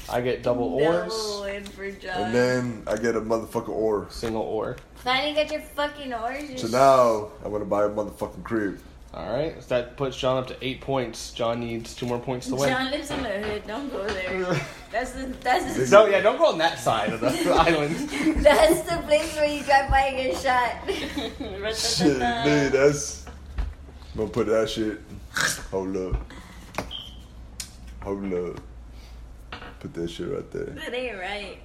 Speaker 2: I get double
Speaker 3: double
Speaker 2: oars,
Speaker 3: win for John.
Speaker 4: And then I get a motherfucking ore.
Speaker 2: single oar.
Speaker 3: Finally got your fucking orange.
Speaker 4: So now I'm gonna buy a motherfucking crib.
Speaker 2: All right, so that puts John up to eight points. John needs two more points to win.
Speaker 3: John lives in the hood. Don't go there.
Speaker 4: *laughs*
Speaker 3: That's the that's the,
Speaker 2: no, yeah, don't go on that side of the *laughs* island.
Speaker 3: *laughs* that's the place where you drive by and get shot. *laughs*
Speaker 6: *laughs*
Speaker 4: Shit, dude, that's. I'm gonna put that shit. Hold up. Hold up. Put that shit right there.
Speaker 3: That ain't right.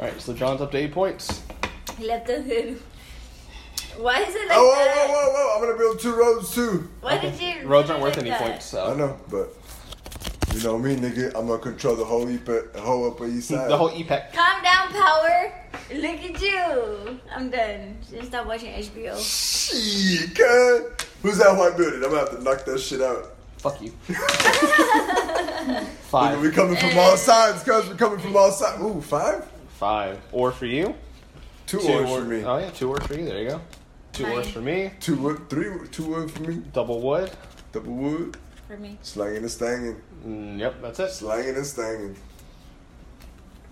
Speaker 2: All right, so John's up to eight points.
Speaker 3: He left *laughs* the hood. Why is it like
Speaker 4: Oh, whoa,
Speaker 3: that?
Speaker 4: whoa, whoa, whoa! I'm gonna build two roads too.
Speaker 3: Why did you?
Speaker 2: Roads aren't
Speaker 3: like
Speaker 2: worth any
Speaker 3: that?
Speaker 2: points,
Speaker 4: I
Speaker 2: so
Speaker 4: know, but you know me, nigga. I'm gonna control the whole epa, whole upper east side.
Speaker 2: the whole EPEC.
Speaker 3: Calm down, power. Look at you. I'm done. Just stop watching HBO.
Speaker 4: Shit, cuz. Who's that white building? I'm gonna have to knock that shit out.
Speaker 2: Fuck
Speaker 3: *laughs*
Speaker 2: you.
Speaker 4: Nigga, we
Speaker 2: five,
Speaker 4: coming from all sides, cuz. We coming from all sides. Ooh, five?
Speaker 2: five, or for you.
Speaker 4: Two, orange for me.
Speaker 2: Oh yeah, two or three. There you go. Two
Speaker 3: Fine.
Speaker 2: ors for me.
Speaker 4: Two wood, three, wood- two wood for me.
Speaker 2: Double wood.
Speaker 4: Double wood.
Speaker 3: For me.
Speaker 4: Slanging and stanging.
Speaker 2: Mm, yep, that's it.
Speaker 4: Slanging and stanging.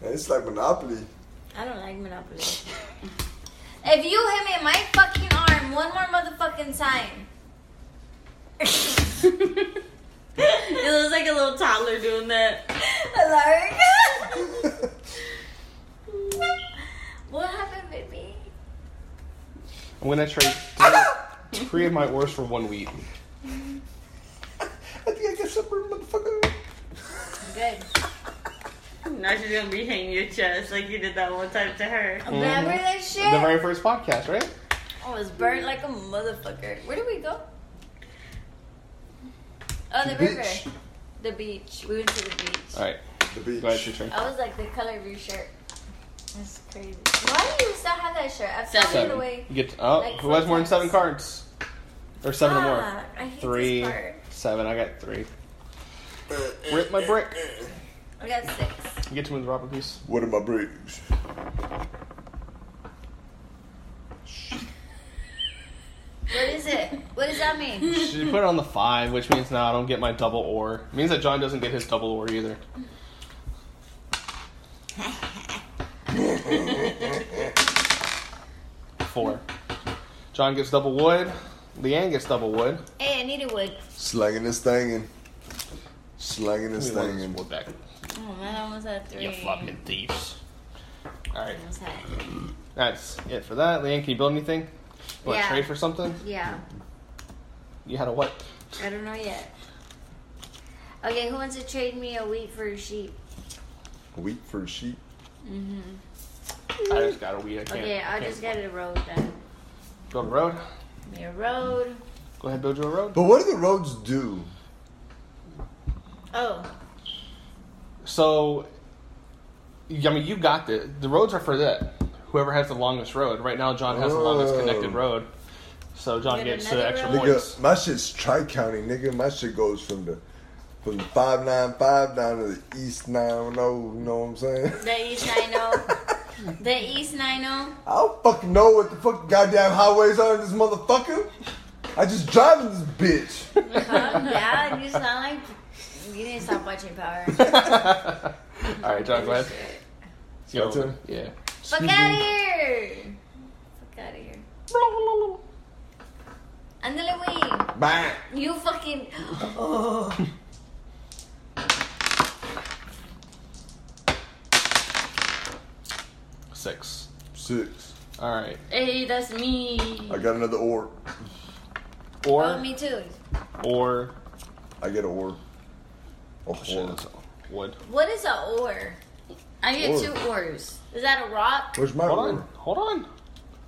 Speaker 4: Man, it's like Monopoly. *laughs*
Speaker 3: I don't like
Speaker 2: *laughs*
Speaker 3: Monopoly. if you hit me in my fucking arm one more motherfucking time, *laughs*
Speaker 6: It looks like a little toddler doing that.
Speaker 3: Alaric. *laughs* what happened, baby?
Speaker 2: I'm gonna trade three, three of my ors for one wheat.
Speaker 4: I think I got supper, motherfucker.
Speaker 3: Good.
Speaker 6: Now she's gonna be hanging your chest like you did that one time to her.
Speaker 3: Remember that shit?
Speaker 2: Mm-hmm. The very first podcast, right?
Speaker 3: I was Oh, burnt like a motherfucker. Where did we go? Oh, the,
Speaker 4: The
Speaker 3: river.
Speaker 4: beach.
Speaker 3: The beach. We went to the beach.
Speaker 2: All right,
Speaker 4: The beach.
Speaker 2: go ahead, it's your turn.
Speaker 3: I was like the color of your shirt. That's crazy. Why do you still have that shirt? I've thrown it
Speaker 2: Seven.
Speaker 3: away.
Speaker 2: You get to, oh,
Speaker 3: Like
Speaker 2: who has more than
Speaker 3: sometimes.
Speaker 2: seven cards? Or seven or more?
Speaker 3: Ah, I hate
Speaker 2: Three,
Speaker 3: This part.
Speaker 2: seven. I got three.
Speaker 4: Uh,
Speaker 2: Rip my brick.
Speaker 3: I got six.
Speaker 2: You get to move the robber piece.
Speaker 4: What are my bricks?
Speaker 3: What is it? What does that
Speaker 2: *laughs*
Speaker 3: mean?
Speaker 2: Should you put it on the five, which means now I don't get my double or. It means that John doesn't get his double or either. Four. John gets double wood. Leanne gets double wood.
Speaker 3: hey, I needed wood.
Speaker 4: Slanging and stanging. Slanging and
Speaker 2: Give me one of this
Speaker 4: stanging.
Speaker 2: wood back,
Speaker 3: Oh, man, I almost had three.
Speaker 2: you fucking thieves. Alright,
Speaker 3: I almost had-
Speaker 2: that's it for that. Leanne, can you build anything? You want to
Speaker 3: Yeah.
Speaker 2: trade for something?
Speaker 3: Yeah,
Speaker 2: You had a what?
Speaker 3: I don't know yet. Okay, who wants to trade me a wheat for a sheep?
Speaker 4: Wheat for sheep.
Speaker 2: I just got a weed. I can't.
Speaker 3: Okay, I'll
Speaker 2: can't
Speaker 3: just get a road then.
Speaker 2: Build a road.
Speaker 3: Give me a road.
Speaker 2: Go ahead, build you a road.
Speaker 4: But what do the roads do?
Speaker 3: Oh,
Speaker 2: So, I mean, you got the the roads are for that. Whoever has the longest road. Right now, John has the longest connected
Speaker 4: Oh.
Speaker 2: road. So John
Speaker 3: Get
Speaker 2: gets the
Speaker 3: another
Speaker 2: extra
Speaker 3: road?
Speaker 2: points.
Speaker 4: *laughs* Nigga, my shit's tri county, nigga. My shit goes from the from the five nine five down to the east nine oh, you know what I'm saying?
Speaker 3: the East 90. the East oh. 90.
Speaker 4: I don't fucking know what the fucking goddamn highways are in this motherfucker. I just driving this bitch.
Speaker 2: Uh-huh.
Speaker 3: *laughs* Calm down. You sound like you didn't stop watching
Speaker 2: *laughs*
Speaker 3: Power.
Speaker 2: All right, John, go ahead.
Speaker 4: My turn?
Speaker 2: Yeah.
Speaker 3: Fuck out of here. Fuck out of here. Andale,
Speaker 4: Bang.
Speaker 3: we. You fucking. *gasps*
Speaker 2: Six.
Speaker 4: Six.
Speaker 2: All right.
Speaker 6: Hey, that's me.
Speaker 4: I got another orb.
Speaker 3: Oh,
Speaker 2: Or
Speaker 3: me too.
Speaker 2: or
Speaker 4: I get an orb. A
Speaker 2: oh, shit,
Speaker 4: orb.
Speaker 2: that's wood.
Speaker 3: What is a ore?
Speaker 6: I get
Speaker 4: Or-
Speaker 6: two oars.
Speaker 3: Is that a rock?
Speaker 4: Where's my
Speaker 2: Hold
Speaker 4: orb?
Speaker 2: on. Hold on.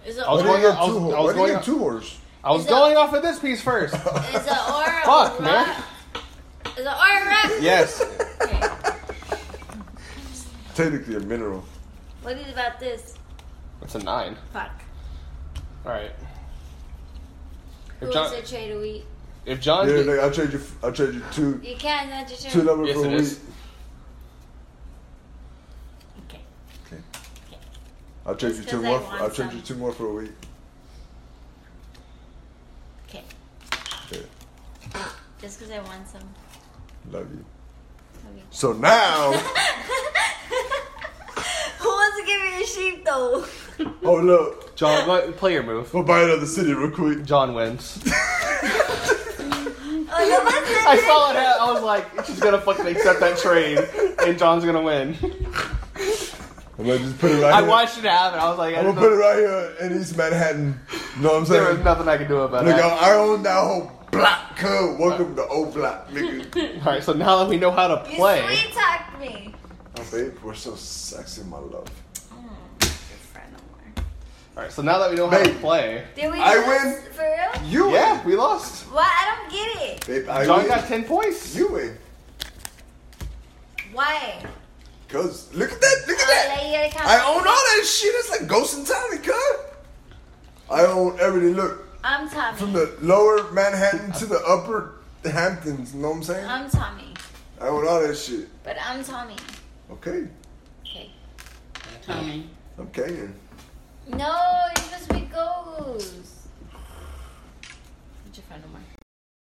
Speaker 3: Is a
Speaker 2: I was
Speaker 4: Why
Speaker 3: ore?
Speaker 4: do you
Speaker 2: going-
Speaker 4: get
Speaker 2: I
Speaker 4: two
Speaker 2: was- I
Speaker 4: hor-
Speaker 2: was
Speaker 4: Why do you
Speaker 2: going-
Speaker 4: get two horse?
Speaker 2: I was
Speaker 3: Is that-
Speaker 2: going off of this
Speaker 3: *laughs*
Speaker 2: piece first.
Speaker 3: Is a ore a
Speaker 2: Fuck,
Speaker 3: rock?
Speaker 2: man.
Speaker 3: Is a ore a rock?
Speaker 2: yes.
Speaker 3: Okay.
Speaker 4: *laughs* Technically a mineral.
Speaker 3: What is about this?
Speaker 2: That's a nine.
Speaker 3: Fuck.
Speaker 2: All right.
Speaker 3: Who
Speaker 2: If
Speaker 3: wants
Speaker 2: John,
Speaker 3: to trade a wheat?
Speaker 2: if John,
Speaker 4: Yeah,
Speaker 2: did-
Speaker 4: nigga, I'll trade you I'll trade you two
Speaker 3: You can't. Not your turn.
Speaker 4: two numbers
Speaker 2: Yes,
Speaker 4: for
Speaker 2: it
Speaker 4: wheat.
Speaker 2: is.
Speaker 3: Okay.
Speaker 4: Okay. I'll trade you
Speaker 3: Just
Speaker 4: two
Speaker 3: 'cause I
Speaker 4: more for,
Speaker 3: want
Speaker 4: I'll trade
Speaker 3: some.
Speaker 4: you two more for a wheat.
Speaker 3: Okay.
Speaker 4: Yeah.
Speaker 3: Just because I want some. *laughs*
Speaker 4: Love you.
Speaker 3: Okay.
Speaker 4: So now,
Speaker 3: *laughs* Who wants to give me a sheep though?
Speaker 4: oh, hold up.
Speaker 2: John, go- play your move.
Speaker 4: We'll buy another city real quick.
Speaker 2: John wins.
Speaker 3: *laughs* Oh, no, what's that?
Speaker 2: I saw it. ha- I was *laughs* like, she's gonna fucking accept that trade, and John's gonna win.
Speaker 4: I'm gonna just put it right
Speaker 2: I
Speaker 4: here.
Speaker 2: watched it happen. I was like, I
Speaker 4: I'm
Speaker 2: didn't
Speaker 4: gonna put it
Speaker 2: know,
Speaker 4: right here in East Manhattan. You know what I'm
Speaker 2: there was
Speaker 4: saying?
Speaker 2: nothing I could do about
Speaker 4: Nigga,
Speaker 2: it.
Speaker 4: I own that whole block, cuz. Welcome to old block, nigga. *laughs*
Speaker 2: All right, so now that we know how to
Speaker 3: You
Speaker 2: play,
Speaker 3: sweet talked me.
Speaker 4: oh, babe, we're so sexy, my love.
Speaker 3: Friend no more.
Speaker 2: all right, so now that we know how to
Speaker 4: Babe.
Speaker 2: play,
Speaker 3: Did we
Speaker 4: I
Speaker 3: lose?
Speaker 4: win.
Speaker 3: For real?
Speaker 4: You win.
Speaker 2: yeah, we lost.
Speaker 3: Why? I don't get it.
Speaker 4: Babe, I
Speaker 2: John
Speaker 4: win.
Speaker 2: got ten points.
Speaker 4: You win.
Speaker 3: Why?
Speaker 4: Cuz, look at that, look at
Speaker 3: Oh,
Speaker 4: that.
Speaker 3: lady, you gotta
Speaker 4: *laughs*
Speaker 3: count.
Speaker 4: I own all that shit. It's like Ghost in Tommy, cuz. I own everything. Look,
Speaker 3: I'm Tommy.
Speaker 4: from the lower Manhattan to the upper Hamptons, you know what I'm saying?
Speaker 3: I'm Tommy.
Speaker 4: I own all that shit.
Speaker 3: But I'm Tommy.
Speaker 4: Okay,
Speaker 3: Okay.
Speaker 6: Tommy.
Speaker 4: I'm Canaan.
Speaker 3: No, you're supposed to be goose.
Speaker 7: What's your friend no more?